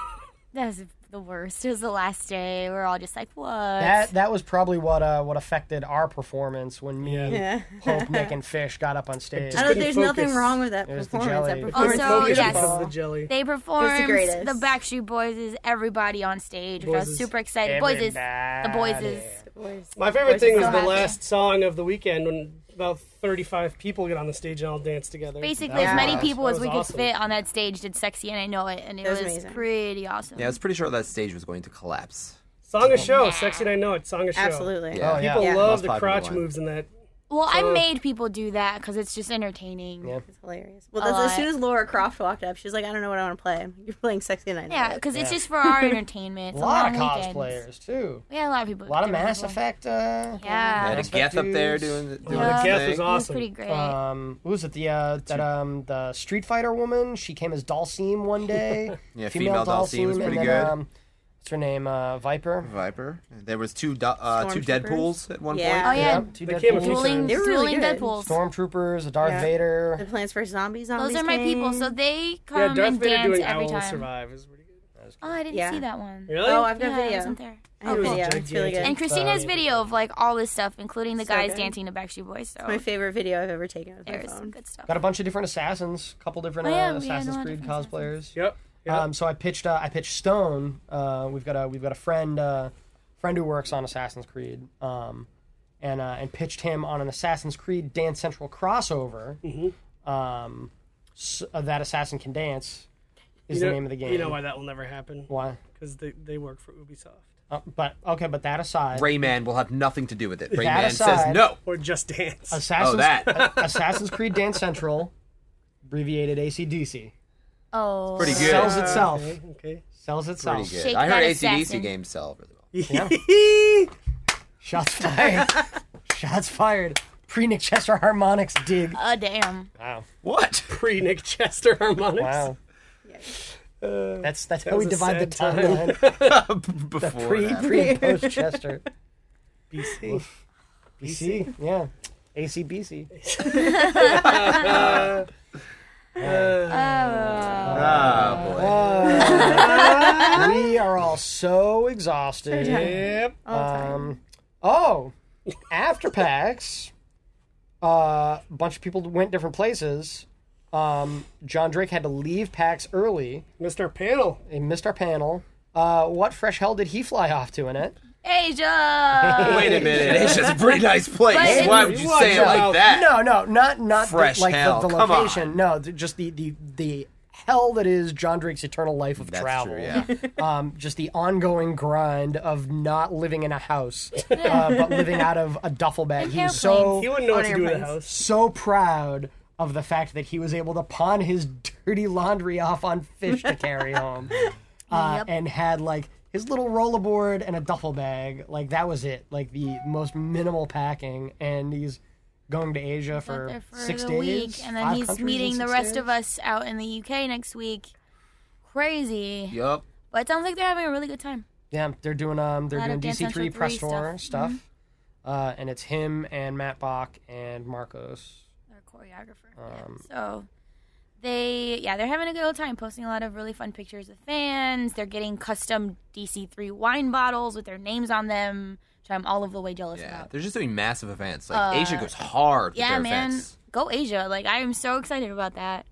S4: that was the worst. It was the last day. We were all just like, what?
S2: That that was probably what uh, what affected our performance when me,
S5: Yeah.
S2: Hope, Nick, and Fish got up on stage.
S5: I don't, there's nothing
S1: focus.
S5: wrong with that
S2: was the
S5: performance. That
S2: jelly.
S5: performance
S4: Also,
S5: was
S4: yes.
S5: beautiful.
S1: Because of the jelly.
S4: they performed
S5: greatest.
S4: the Backstreet Boys is everybody on stage, which I was
S1: Boys'
S4: super excited. Boys is the Boys
S2: Everybody.
S4: is
S1: My favorite thing was
S4: so
S1: the
S4: happy.
S1: last song of the weekend when about 35 people get on the stage and all dance together.
S4: basically as many
S3: nice.
S4: people
S1: That
S4: as
S1: was
S4: we
S1: awesome.
S4: could fit on that stage did "Sexy and I Know It," and it
S5: That was
S4: was,
S5: amazing.
S4: pretty awesome.
S3: Yeah, I was pretty sure that stage was going to collapse.
S1: Song of show, sexy and I know it. Song of show.
S5: Absolutely.
S3: Yeah.
S2: Oh, yeah.
S1: People
S5: Yeah.
S1: love
S3: Most
S1: the
S3: popular
S1: crotch
S3: one.
S1: moves in that.
S4: Well, I made people do that because it's just entertaining. Yeah,
S5: It's hilarious. Well, that's, as
S4: lot.
S5: soon as Laura Croft walked up, she was like, I don't know what I want to play. You're playing Sexy and I Know It.
S4: because it's just for our entertainment.
S2: A
S4: It's
S2: lot of
S4: long weekend.
S2: cosplayers too.
S4: Yeah, a lot of people.
S2: A lot of
S4: different
S2: Mass
S4: people.
S2: Effect. Uh,
S4: Yeah.
S3: I had a
S2: Mass
S3: Geth
S2: Effect
S3: up there
S2: dudes.
S3: doing the, doing
S4: Yeah.
S1: Geth
S3: the
S1: was
S3: thing.
S4: It was
S1: awesome. Uh,
S4: pretty great.
S2: Um, who was it? The uh, that um the Street Fighter woman. She came as Dalsim one day.
S3: Yeah, female Dalsim was
S2: and
S3: pretty
S2: then,
S3: good.
S2: Um, what's her name? Uh, Viper.
S3: Viper. There was two do- uh, two
S5: Stormtroopers?
S3: Deadpool's at one
S5: Yeah.
S4: oh
S3: point.
S4: yeah,
S2: Yep, two
S1: They came a few
S2: Deadpools.
S4: dueling,
S5: They were really
S4: dueling
S5: good.
S4: Deadpool's.
S2: Stormtroopers, a Darth
S5: Yeah.
S2: Vader.
S5: The Plants vs. Zombies.
S4: Those
S5: Zombies
S4: are my
S5: came.
S4: people. So they come
S1: Yeah, Darth
S4: and
S1: Vader
S4: dance
S1: doing
S4: every
S1: Owl
S4: time.
S1: Survive is pretty good.
S4: Oh, I didn't
S5: Yeah.
S4: see that one.
S1: Really?
S5: Oh, I've got
S4: yeah, I
S5: video.
S4: wasn't there. Oh,
S5: I have
S1: It was
S5: video. It's really
S1: gigantic.
S5: good.
S4: And Christina's
S1: Um,
S4: video of like all this stuff, including the
S5: So
S4: guys
S5: good.
S4: dancing to Backstreet Boys. So
S5: my favorite video I've ever taken with my
S4: there's
S5: phone.
S4: good stuff.
S2: Got a bunch of different assassins, a couple different
S4: Oh,
S2: uh,
S4: yeah, we had a
S2: Assassin's
S4: lot of
S2: Creed
S4: different
S2: cosplayers.
S1: Yep. yep.
S2: Um, so I pitched. Uh, I pitched Stone. Uh, we've got a we've got a friend uh, friend who works on Assassin's Creed, um, and uh, and pitched him on an Assassin's Creed Dance Central crossover.
S1: Mm-hmm.
S2: Um, s uh, that assassin can dance is
S1: you
S2: the
S1: know,
S2: name of the game.
S1: You know why that will never happen?
S2: Why?
S1: Because they, they work for Ubisoft.
S2: Uh, but okay, but that aside,
S3: Rayman will have nothing to do with it.
S2: That
S3: Rayman
S2: aside-
S3: says no.
S1: Or Just Dance.
S2: Assassin's,
S3: Oh, that.
S2: uh, Assassin's Creed Dance Central, abbreviated ACDC,
S4: Oh,
S3: Pretty good. Ah,
S2: sells itself.
S1: okay.
S2: Sells itself.
S3: Pretty good.
S4: Shake
S3: I heard
S4: that
S3: ACDC
S4: assassin.
S3: games sell really well.
S2: Shots fired. Shots fired. Pre Nick Chester harmonics dig.
S4: Uh, damn.
S2: Wow.
S3: What?
S1: Pre Nick Chester harmonics.
S2: Wow. That's that's how
S1: Uh, was
S2: we
S1: a
S2: divide the
S1: sad
S2: timeline.
S3: Before
S2: pre
S3: that.
S2: pre and post Chester.
S1: BC.
S2: BC. Yeah. ACBC.
S3: Ah, boy.
S2: we are all so exhausted.
S1: Yep.
S2: Um, oh, after PAX, a uh, bunch of people went different places. Um, John Drake had to leave PAX early.
S1: Mr. Panel.
S2: They missed our panel. Uh, what fresh hell did he fly off to in it? Oh,
S4: Asia.
S3: Wait a minute. It's just a pretty nice place.
S4: But
S3: Why
S4: it's-
S3: would you
S1: Watch
S3: say it
S1: out.
S3: like that?
S2: No, no, not not the-
S3: Fresh
S2: like
S3: hell,
S2: The, the
S3: come on.
S2: location. No, th- just the the the hell that is John Drake's eternal life of
S3: That's
S2: travel.
S3: true, yeah.
S2: um, just the ongoing grind of not living in a house, uh, but living out of a duffel bag.
S4: And
S2: He was so
S1: He wouldn't know
S5: On
S1: what to do in the
S5: airplanes.
S1: house.
S2: so proud of the fact that he was able to pawn his dirty laundry off on fish to carry home, uh, and had like his little rollerboard and a duffel bag. Like that was it. Like the most minimal packing, and he's going to Asia for,
S4: There for
S2: six
S4: the
S2: days.
S4: week, and then
S2: five
S4: he's
S2: countries in
S4: meeting the
S2: six
S4: rest
S2: days?
S4: of us out in the UK next week. Crazy,
S3: Yup.
S4: but it sounds like they're having a really good time.
S2: Yeah, they're doing um they're
S4: lot
S2: doing
S4: of Dance
S2: DC three
S4: Central
S2: press
S4: 3
S2: tour
S4: stuff. Mm-hmm.
S2: stuff, uh, and it's him and Matt Bach and Marcos.
S4: Their choreographer, yeah. so they yeah they're having a good old time. Posting a lot of really fun pictures of fans. They're getting custom DC three wine bottles with their names on them, which I'm all of the way jealous
S3: Yeah,
S4: about.
S3: they're just doing massive events. Like Asia goes hard with
S4: Uh, Yeah,
S3: their
S4: man,
S3: events.
S4: go Asia! Like I am so excited about that.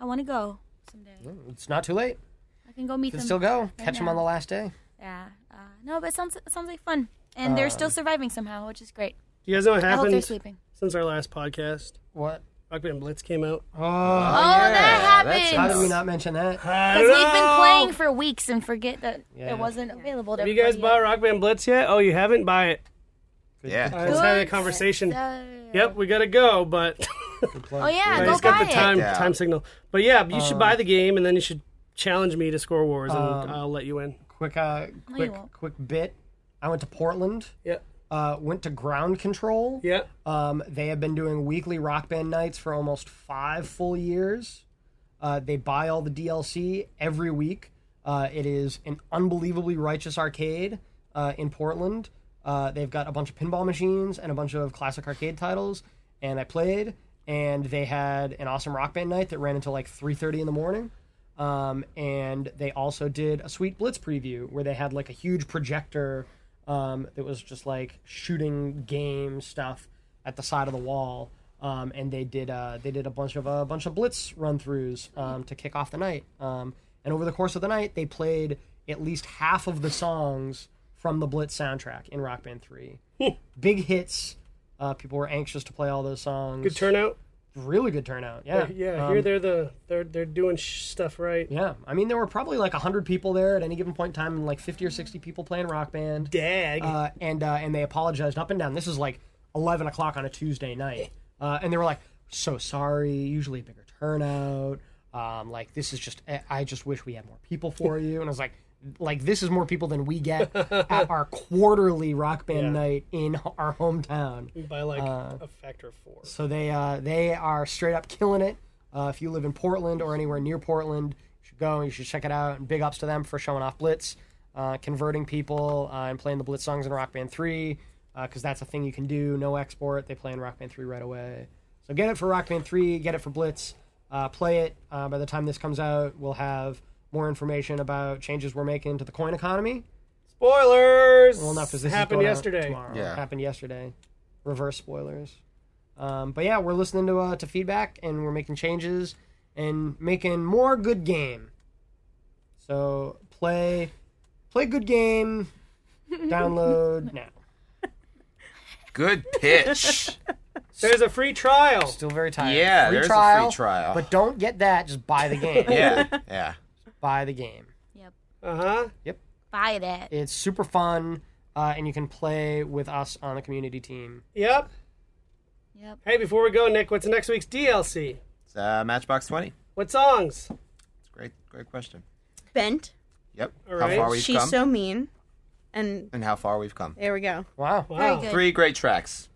S4: I want to go someday.
S2: It's not too late.
S4: I can go meet
S2: You
S4: them.
S2: can still go catch him
S4: now.
S2: on the last day.
S4: Yeah. Uh, no, but it sounds it sounds like fun, and they're still surviving somehow, which is great.
S1: Do you guys know what
S4: I hope they're
S1: happened
S4: sleeping.
S1: since our last podcast?
S2: What?
S1: Rockband Blitz came out.
S2: Oh,
S4: Oh, that
S3: that's
S4: happened.
S2: how did we not mention that?
S4: Because we've been playing for weeks and forget that it wasn't available. To
S1: Have you guys bought
S4: everybody
S1: Rockband Blitz yet? Oh, you haven't? Buy it.
S3: Yeah.
S1: I was having a
S4: Good
S1: conversation.
S4: stuff.
S1: Yep, we gotta go, but
S4: Oh yeah,
S1: I
S4: go
S1: just got
S4: buy
S1: the time
S4: it. Uh.
S3: Yeah.
S1: time signal. But yeah, you should buy the game, and then you should challenge me to score wars, and I'll let you in.
S2: Quick, uh, quick,
S4: won't.
S2: quick bit. I went to Portland.
S1: Yep.
S2: Uh, went to Ground Control.
S1: Yep.
S2: Um, they have been doing weekly rock band nights for almost five full years. Uh, they buy all the DLC every week. Uh, it is an unbelievably righteous arcade uh, in Portland. Uh, they've got a bunch of pinball machines and a bunch of classic arcade titles. And I played, and they had an awesome rock band night that ran until like 3.30 in the morning. Um, and they also did a sweet Blitz preview where they had like a huge projector um, that was just like shooting game stuff at the side of the wall. Um, and they did uh, they did a bunch of a bunch of Blitz run throughs um, to kick off the night. Um, and over the course of the night, they played at least half of the songs from the Blitz soundtrack in Rock Band Three. Big hits. Uh, people were anxious to play all those songs.
S1: Good turnout.
S2: Really good turnout. Yeah.
S1: Yeah,
S2: Um,
S1: here they're the they're they're doing sh- stuff right.
S2: yeah, I mean there were probably like hundred people there at any given point in time, and like fifty or sixty people playing Rock Band.
S1: Dag.
S2: Uh, and uh, and they apologized up and down. This is like eleven o'clock on a Tuesday night, uh, and they were like, "So sorry." Usually a bigger turnout. Um, like this is just. I- I just wish we had more people for you. And I was like, like this is more people than we get at our quarterly Rock Band night in our hometown.
S1: by like
S2: uh,
S1: a factor of four.
S2: So they uh, they are straight up killing it. Uh, if you live in Portland or anywhere near Portland, you should go and you should check it out. And big ups to them for showing off Blitz, uh, converting people, uh, and playing the Blitz songs in Rock Band 3, because that's a thing you can do. No export. They play in Rock Band 3 right away. So get it for Rock Band 3, get it for Blitz, uh, play it. Uh, by the time this comes out, we'll have more information about changes we're making to the coin economy.
S1: Spoilers.
S2: Well, not because this is
S1: happened
S2: going out
S1: yesterday.
S2: Tomorrow.
S3: Yeah.
S2: happened yesterday. Reverse spoilers. Um, but yeah, we're listening to uh, to feedback and we're making changes and making more good game. So play, play good game. Download now.
S3: Good pitch.
S1: There's a free trial.
S2: Still very tired.
S3: Yeah,
S2: free
S3: there's a free
S2: trial,
S3: trial.
S2: But don't get that. Just buy the game.
S3: yeah. Yeah.
S2: Buy the game.
S1: Uh huh.
S4: Buy that.
S2: It's super fun, uh, and you can play with us on the community team.
S1: Yep.
S4: Yep.
S1: Hey, before we go, Nick, what's next week's DLC?
S3: It's, uh, Matchbox 20.
S1: What songs?
S3: It's a great, great question.
S5: Bent.
S3: Yep.
S1: All
S3: How
S1: right.
S3: far we've
S5: She's
S3: come
S5: so mean. And
S3: and how far we've come.
S5: there we go.
S2: Wow.
S1: Wow.
S4: Very good.
S3: Three great tracks.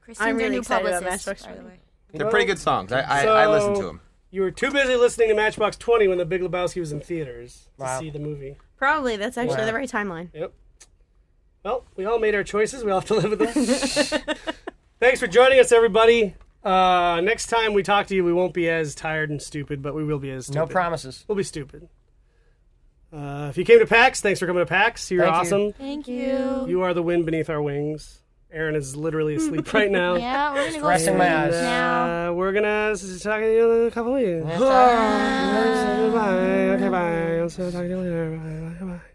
S4: Christine's
S5: I'm
S4: our
S5: really
S4: new
S5: excited about
S4: publicist,
S5: Matchbox
S4: by the
S5: Twenty.
S4: way.
S3: They're pretty good songs. I, I, I listen to them.
S1: You were too busy listening to Matchbox 20 when The Big Lebowski was in theaters to
S2: Wow.
S1: see the movie.
S5: Probably that's actually
S2: Wow.
S5: the right timeline.
S1: Yep. Well, we all made our choices. We all have to live with them. Thanks for joining us, everybody. Uh, next time we talk to you, we won't be as tired and stupid, but we will be as stupid.
S2: No promises.
S1: We'll be stupid. Uh, if you came to PAX, thanks for coming to PAX. You're
S2: Thank you.
S1: awesome.
S4: Thank you.
S1: You are the wind beneath our wings. Aaron is literally asleep right now.
S4: Yeah, we're gonna go
S2: Resting my
S4: sleep
S2: eyes.
S4: now.
S1: Uh, we're gonna s- talk to you in a couple of weeks.
S2: Bye.
S1: Bye. Okay, bye. I'll talk to you later. Bye. Bye. Bye.